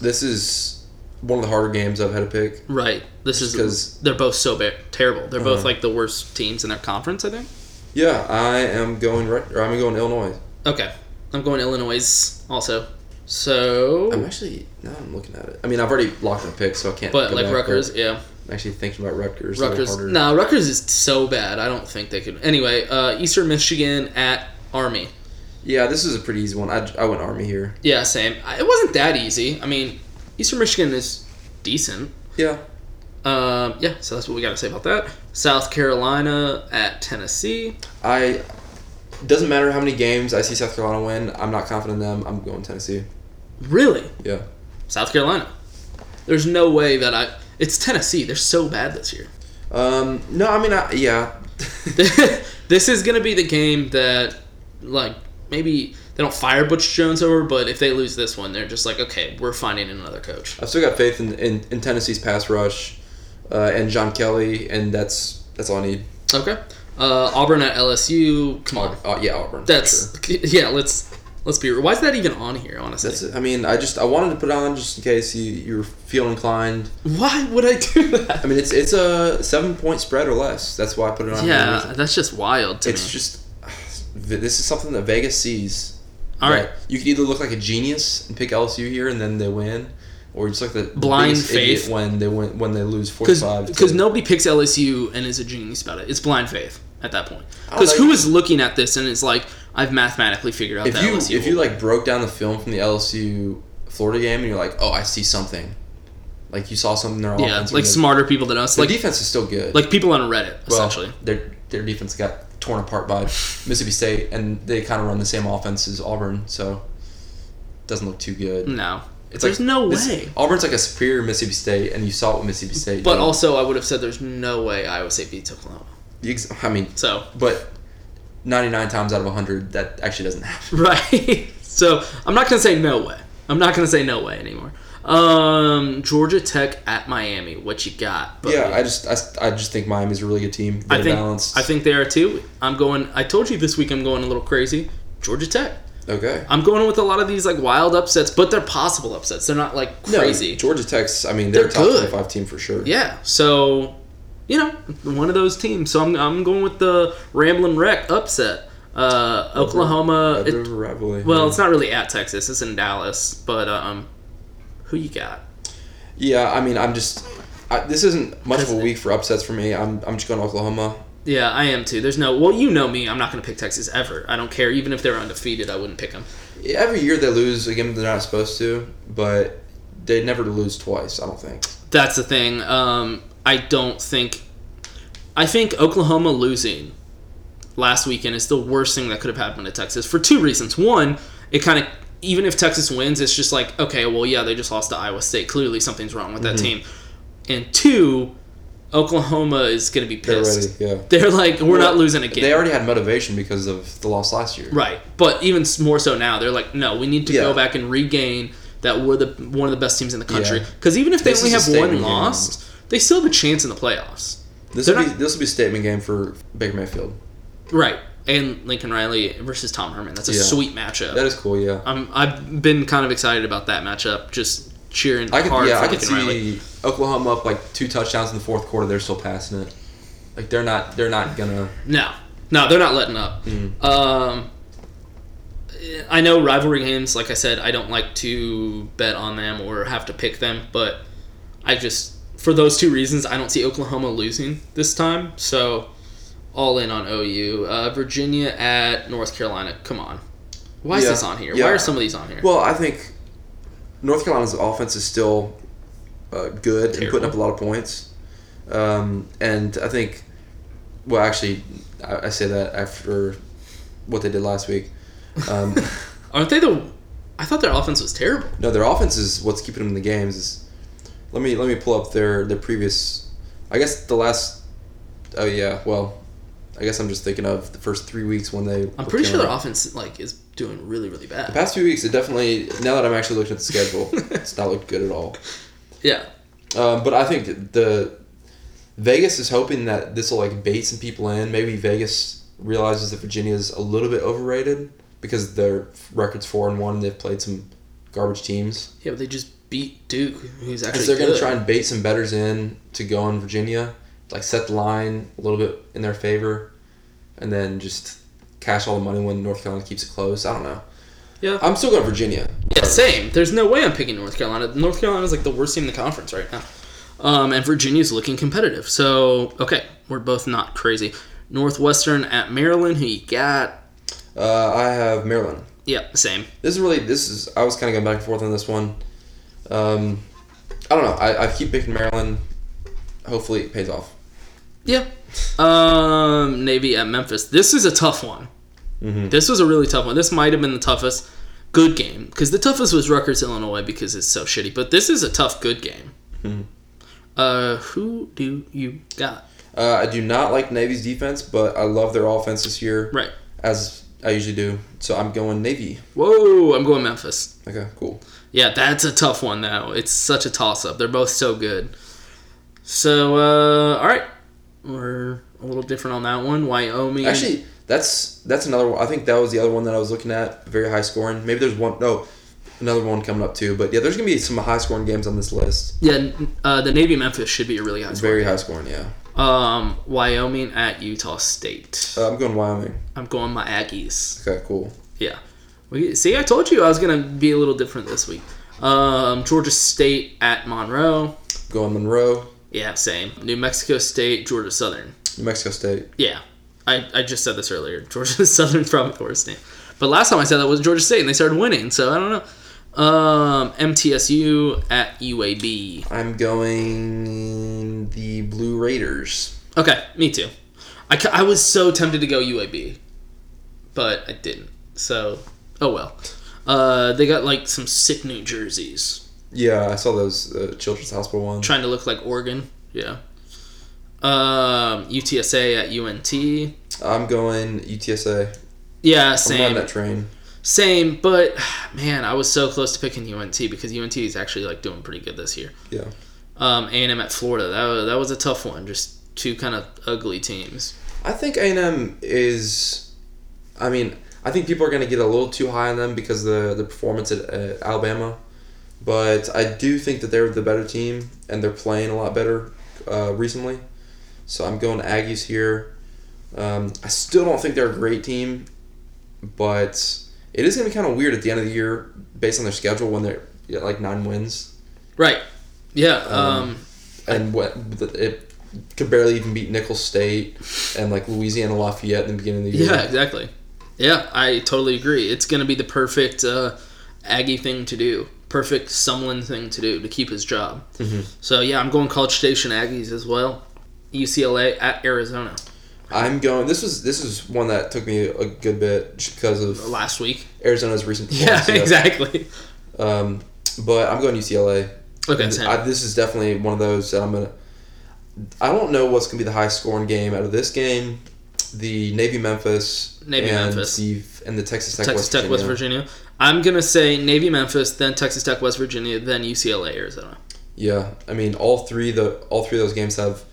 S5: This is one of the harder games I've had to pick.
S4: Right. This
S5: Just 'cause-
S4: is because they're both so ba- terrible. They're both
S5: Uh-huh.
S4: like the worst teams in their conference, I think.
S5: Yeah, I am going right. Or I'm going Illinois.
S4: Okay. I'm going Illinois also. So.
S5: I'm actually now I'm looking at it. I mean, I've already locked my pick, so I can't.
S4: But
S5: go
S4: like
S5: back,
S4: Rutgers,
S5: but
S4: yeah.
S5: I'm actually thinking about Rutgers. a little
S4: Rutgers.
S5: harder.
S4: No, Rutgers is so bad. I don't think they could. Anyway, uh, Eastern Michigan at Army.
S5: Yeah, this is a pretty easy one. I, I went Army here.
S4: Yeah, same. I- It wasn't that easy. I mean, Eastern Michigan is decent.
S5: Yeah.
S4: Um, yeah, so that's what we got to say about that. South Carolina at Tennessee.
S5: I doesn't matter how many games I see South Carolina win. I'm not confident in them. I'm going Tennessee.
S4: Really?
S5: Yeah.
S4: South Carolina. There's no way that I. It's Tennessee. They're so bad this year.
S5: Um, no, I mean, I, yeah.
S4: <laughs> this is gonna be the game that, like, maybe they don't fire Butch Jones over, but if they lose this one, they're just like, okay, we're finding another coach.
S5: I've still got faith in, in, in Tennessee's pass rush uh, and John Kelly, and that's that's all I need.
S4: Okay. Uh, Auburn at LSU. Come on.
S5: Uh, yeah, Auburn. for sure.
S4: That's <laughs> yeah. Let's let's be. Why is that even on here? Honestly,
S5: That's it. I mean, I just I wanted to put it on just in case you you're feeling inclined.
S4: Why would I do that?
S5: I mean, it's it's a seven point spread or less. That's why I put it on.
S4: yeah,
S5: here.
S4: that's just wild. To
S5: it's
S4: me.
S5: just this is something that Vegas sees.
S4: All
S5: That
S4: right.
S5: you could either look like a genius and pick LSU here and then they win, or just like the
S4: Blind
S5: biggest idiot
S4: faith.
S5: when they win when they lose forty five.
S4: because nobody picks LSU and is a genius about it. It's blind faith at that point.
S5: don't
S4: Because
S5: like-
S4: who is looking at this and is like, I've mathematically figured out
S5: if
S4: that
S5: you
S4: LSU.
S5: if you like broke down the film from the LSU Florida game and you're like, oh, I see something, like you saw something in their
S4: yeah,
S5: offense. or
S4: like
S5: they-
S4: smarter people than us,
S5: Their
S4: like
S5: defense is still good.
S4: like people on Reddit
S5: Well,
S4: essentially.
S5: their their defense got torn apart by Mississippi State, and they kind of run the same offense as Auburn, so doesn't look too good.
S4: No,
S5: It's
S4: there's
S5: like-
S4: no
S5: Miss-
S4: way.
S5: Auburn's like a superior Mississippi State, and you saw it with Mississippi State.
S4: But
S5: did.
S4: also, I would have said there's no way Iowa State beats Oklahoma.
S5: The ex- I mean,
S4: So <laughs>
S5: but ninety nine times out of hundred, that actually doesn't happen.
S4: Right. So I'm not gonna say no way. I'm not gonna say no way anymore. Um, Georgia Tech at Miami. What you got? buddy?
S5: yeah, I just I, s- I just think Miami's a really good team.
S4: I
S5: They're
S4: think
S5: balanced.
S4: I think they are too. I'm going. I told you this week I'm going a little crazy. Georgia Tech.
S5: okay.
S4: I'm going with a lot of these like wild upsets, but they're possible upsets. They're not like
S5: No,
S4: crazy.
S5: Georgia Tech's. I mean, they're,
S4: They're
S5: a top
S4: good.
S5: twenty five team for sure.
S4: Yeah. So, you know, one of those teams. So I'm, I'm going with the Ramblin' Wreck upset. Uh, Oklahoma.
S5: A bit
S4: it-
S5: of a rivalry.
S4: well,
S5: yeah.
S4: it's not really at Texas. It's in Dallas. But um, who you got?
S5: Yeah, I mean, I'm just. I, this isn't much of a week for upsets for me. I'm, I'm just going to Oklahoma.
S4: Yeah, I am too. There's no. Well, you know me. I'm not going to pick Texas ever. I don't care. Even if they're undefeated, I wouldn't pick them.
S5: Every year they lose a game they're not supposed to, but they never lose twice. I don't think.
S4: That's the thing. Um, I don't think. I think Oklahoma losing last weekend is the worst thing that could have happened to Texas for two reasons. One, it kind of even if Texas wins, it's just like, okay, well, yeah, they just lost to Iowa State. Clearly, something's wrong with that
S5: Mhm.
S4: team. And two, Oklahoma is going to be
S5: They're
S4: pissed.
S5: ready, yeah.
S4: They're like,
S5: Well,
S4: we're not losing again.
S5: They already had motivation because of the loss last year.
S4: Right, but even s- more so now, they're like, no, we need to go back and regain that we're the one of the best teams in the country.
S5: Yeah.
S4: Because even if they
S5: This
S4: only
S5: is a
S4: have
S5: statement game.
S4: one loss, they still have a chance in the playoffs.
S5: This
S4: They're
S5: will be
S4: not-
S5: this will be a statement game for Baker Mayfield.
S4: Right, and Lincoln Riley versus Tom Herman. That's a
S5: Yeah.
S4: sweet matchup.
S5: That is cool. Yeah.
S4: I'm, I've been kind of excited about that matchup. Just cheering
S5: I could,
S4: hard
S5: yeah,
S4: for
S5: I could
S4: Lincoln
S5: see
S4: Riley.
S5: Oklahoma up like two touchdowns in the fourth quarter. They're still passing it. Like they're not, they're not gonna.
S4: No, no, they're not letting up.
S5: Mm.
S4: Um, I know rivalry games. Like I said, I don't like to bet on them or have to pick them, but I just for those two reasons, I don't see Oklahoma losing this time. So all in on OU. Uh, Virginia at North Carolina. Come on, why is
S5: Yeah,
S4: this on here?
S5: yeah.
S4: Why are some of these on here?
S5: Well, I think North Carolina's offense is still uh, good and putting
S4: Terrible.
S5: up a lot of points. Um, and I think, well, actually, I, I say that after what they did last week. Um,
S4: Aren't they the? I thought their offense was terrible.
S5: No, their offense is what's keeping them in the games. Is let me let me pull up their their previous. I guess the last. Oh yeah, well, I guess I'm just thinking of the first three weeks when they.
S4: I'm pretty sure their offense like is doing really really bad.
S5: The past few weeks, it definitely. Now that I'm actually looking at the
S4: <laughs>
S5: schedule, it's not looked good at all.
S4: Yeah.
S5: Um, but I think that the Vegas is hoping that this will like bait some people in. Maybe Vegas realizes that Virginia's a little bit overrated because their record's four and one. and They've played some garbage teams.
S4: Yeah, but they just beat Duke, who's actually.
S5: Because they're going to
S4: good.
S5: try and bait some betters in to go on Virginia, like set the line a little bit in their favor, and then just cash all the money when North Carolina keeps it close. I don't know.
S4: Yeah.
S5: I'm still going Virginia.
S4: Yeah, same. There's no way I'm picking North Carolina. North Carolina's like the worst team in the conference right now. Um, and Virginia's looking competitive. So, okay, we're both not crazy. Northwestern at Maryland, who you got?
S5: Uh, I have Maryland.
S4: Yeah, same.
S5: This is really this is I was kind of going back and forth on this one. Um, I don't know. I, I keep picking Maryland. Hopefully it pays off.
S4: Yeah. Um, Navy at Memphis. This is a tough one.
S5: Mhm.
S4: This was a really tough one. This might have been the toughest good game because the toughest was Rutgers, Illinois, because it's so shitty. But this is a tough good game.
S5: Mhm.
S4: Uh, who do you got?
S5: Uh, I do not like Navy's defense, but I love their offense this year.
S4: Right.
S5: As I usually do. So I'm going Navy.
S4: Whoa, I'm going Memphis.
S5: Okay, cool.
S4: Yeah, that's a tough one though. It's such a toss up. They're both so good. So, uh, all right, we're a little different on that one. Wyoming.
S5: Actually, that's that's another one. I think that was the other one that I was looking at. Very high scoring. Maybe there's one. No, another one coming up too. But yeah, there's gonna be some high scoring games on this list.
S4: yeah, uh, the Navy Memphis should be a really high score.
S5: Very high scoring. Yeah.
S4: Um, Wyoming at Utah State.
S5: Uh, I'm going Wyoming.
S4: I'm going my Aggies.
S5: Okay, cool.
S4: Yeah. We, see, I told you I was gonna be a little different this week. Um, Georgia State at Monroe.
S5: Going Monroe,
S4: Yeah, same. New Mexico State, Georgia Southern.
S5: New Mexico State.
S4: Yeah. I, I just said this earlier. <laughs> Georgia Southern's probably the worst name. But last time I said that was Georgia State and they started winning, so I don't know. Um, MTSU at UAB.
S5: I'm going the Blue Raiders.
S4: Okay, me too. I, ca- I was so tempted to go UAB, but I didn't. So, oh well. Uh, they got like some sick new jerseys,
S5: Yeah, I saw those uh, Children's Hospital one.
S4: trying to look like Oregon. Yeah. Um, UTSA at UNT.
S5: I'm going UTSA.
S4: Yeah,
S5: I'm
S4: same.
S5: on that train.
S4: Same, but man, I was so close to picking UNT because UNT is actually like doing pretty good this year.
S5: Yeah.
S4: Um, A&M at Florida. That was, that was a tough one. Just two kind of ugly teams.
S5: I think A&M is. I mean, I think people are going to get a little too high on them because of the the performance at uh, Alabama, but I do think that they're the better team and they're playing a lot better uh, recently. So I'm going Aggies here. Um, I still don't think they're a great team, but it is going to be kind of weird at the end of the year based on their schedule when they're at like nine wins.
S4: Right. Yeah. um
S5: and what it could barely even beat Nichols State and like Louisiana Lafayette in the beginning of the year.
S4: Yeah, exactly. Yeah, I totally agree. It's going to be the perfect uh, Aggie thing to do, perfect Sumlin thing to do to keep his job.
S5: Mhm.
S4: So yeah, I'm going College Station Aggies as well. UCLA at Arizona.
S5: I'm going. This was this is one that took me a good bit just because of
S4: last week
S5: Arizona's recent.
S4: <laughs> Yeah, exactly.
S5: Um, but I'm going UCLA.
S4: Okay,
S5: And
S4: same.
S5: I, this is definitely one of those that I'm gonna. I don't know what's gonna be the high scoring game out of this game, the Navy Memphis,
S4: Navy
S5: and
S4: Memphis.
S5: the, and the Texas Tech
S4: Texas
S5: West
S4: Tech,
S5: Virginia.
S4: West Virginia. I'm gonna say Navy, Memphis, then Texas Tech, West Virginia, then UCLA, Arizona.
S5: Yeah, I mean all three the all three of those games have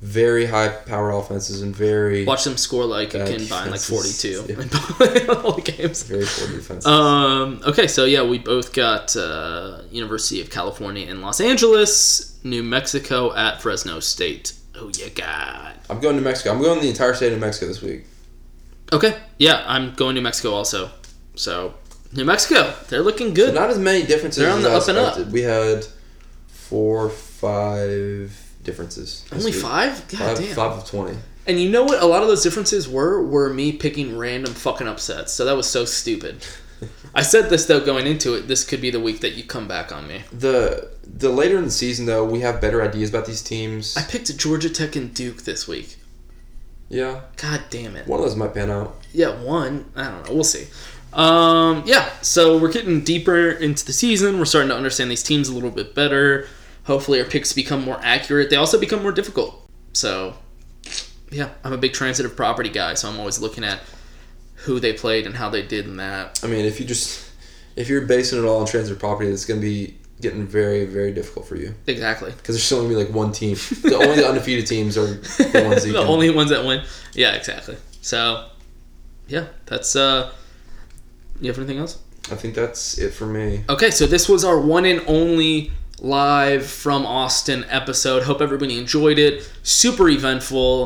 S5: very high power offenses and very
S4: Watch them score like a combined, like
S5: defenses.
S4: 42 in <laughs> all the games.
S5: Uh, Very poor defenses.
S4: Um, okay, so yeah, we both got uh, University of California in Los Angeles, New Mexico at Fresno State. Oh yeah, God.
S5: I'm going to Mexico. I'm going the entire state of Mexico this week.
S4: Okay, yeah, I'm going to Mexico also. So New Mexico, they're looking good.
S5: Not as many differences.
S4: They're on the up
S5: as I
S4: and up.
S5: expected. We had four, five differences. this
S4: Only
S5: week.
S4: five? God
S5: five,
S4: damn.
S5: Five of twenty.
S4: And you know what? A lot of those differences were were me picking random fucking upsets. So that was so stupid. I said this though going into it. This could be the week that you come back on me.
S5: The the later in the season though, we have better ideas about these teams.
S4: I picked Georgia Tech and Duke this week.
S5: Yeah,
S4: God damn it.
S5: one of those might pan out.
S4: Yeah, one. I don't know. We'll see. Um, yeah, so we're getting deeper into the season. We're starting to understand these teams a little bit better. Hopefully, our picks become more accurate. They also become more difficult. So, yeah, I'm a big transitive property guy, so I'm always looking at who they played and how they did in that.
S5: I mean, if you just if you're basing it all on transit property, it's going to be getting very very difficult for you
S4: Exactly.
S5: because there's still going to be like one
S4: <laughs>
S5: team. The only the undefeated teams are the ones that you
S4: the
S5: can-
S4: only ones that win. Yeah, exactly. So, yeah, that's. uh You have anything else?
S5: I think that's it for me.
S4: Okay, so this was our one and only live from Austin episode. Hope everybody enjoyed it. Super eventful.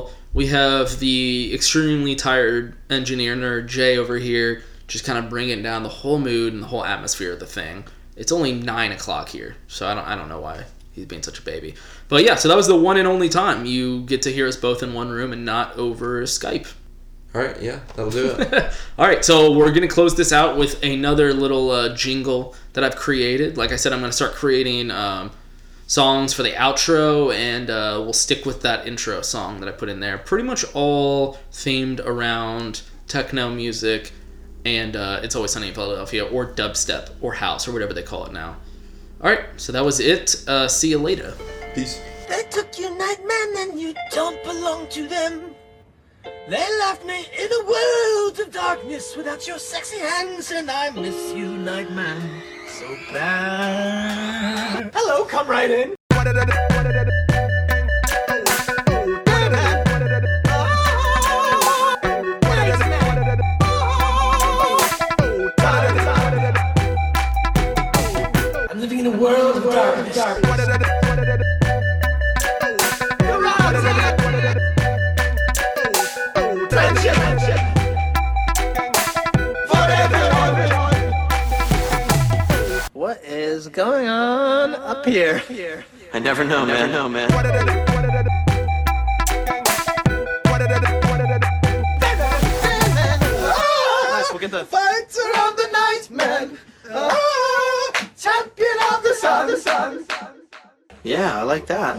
S4: We have the extremely tired engineer nerd Jay over here, just kind of bringing down the whole mood and the whole atmosphere of the thing. It's only nine o'clock here, so I don't I don't know why he's being such a baby. But yeah, so that was the one and only time you get to hear us both in one room and not over Skype.
S5: All right, yeah, that'll do it.
S4: All right, so we're gonna close this out with another little uh, jingle that I've created. Like I said, I'm gonna start creating um, songs for the outro, and uh, we'll stick with that intro song that I put in there. Pretty much all themed around techno music, and uh, it's always sunny in Philadelphia, or dubstep, or house, or whatever they call it now. All right, so that was it. Uh, see you later.
S5: Peace.
S12: They took you nightman and you don't belong to them. They left me in a world of darkness without your sexy hands and I miss you nightman so bad. Hello, come right in. I'm living in a world of darkness. You're outside. Friendship. Forever. What is going on up here?
S13: I never know, man. Know, man.
S12: Nice, we'll get the fighter of the night, man. Ah, champion of the sun, the sun.
S13: Yeah, I like that.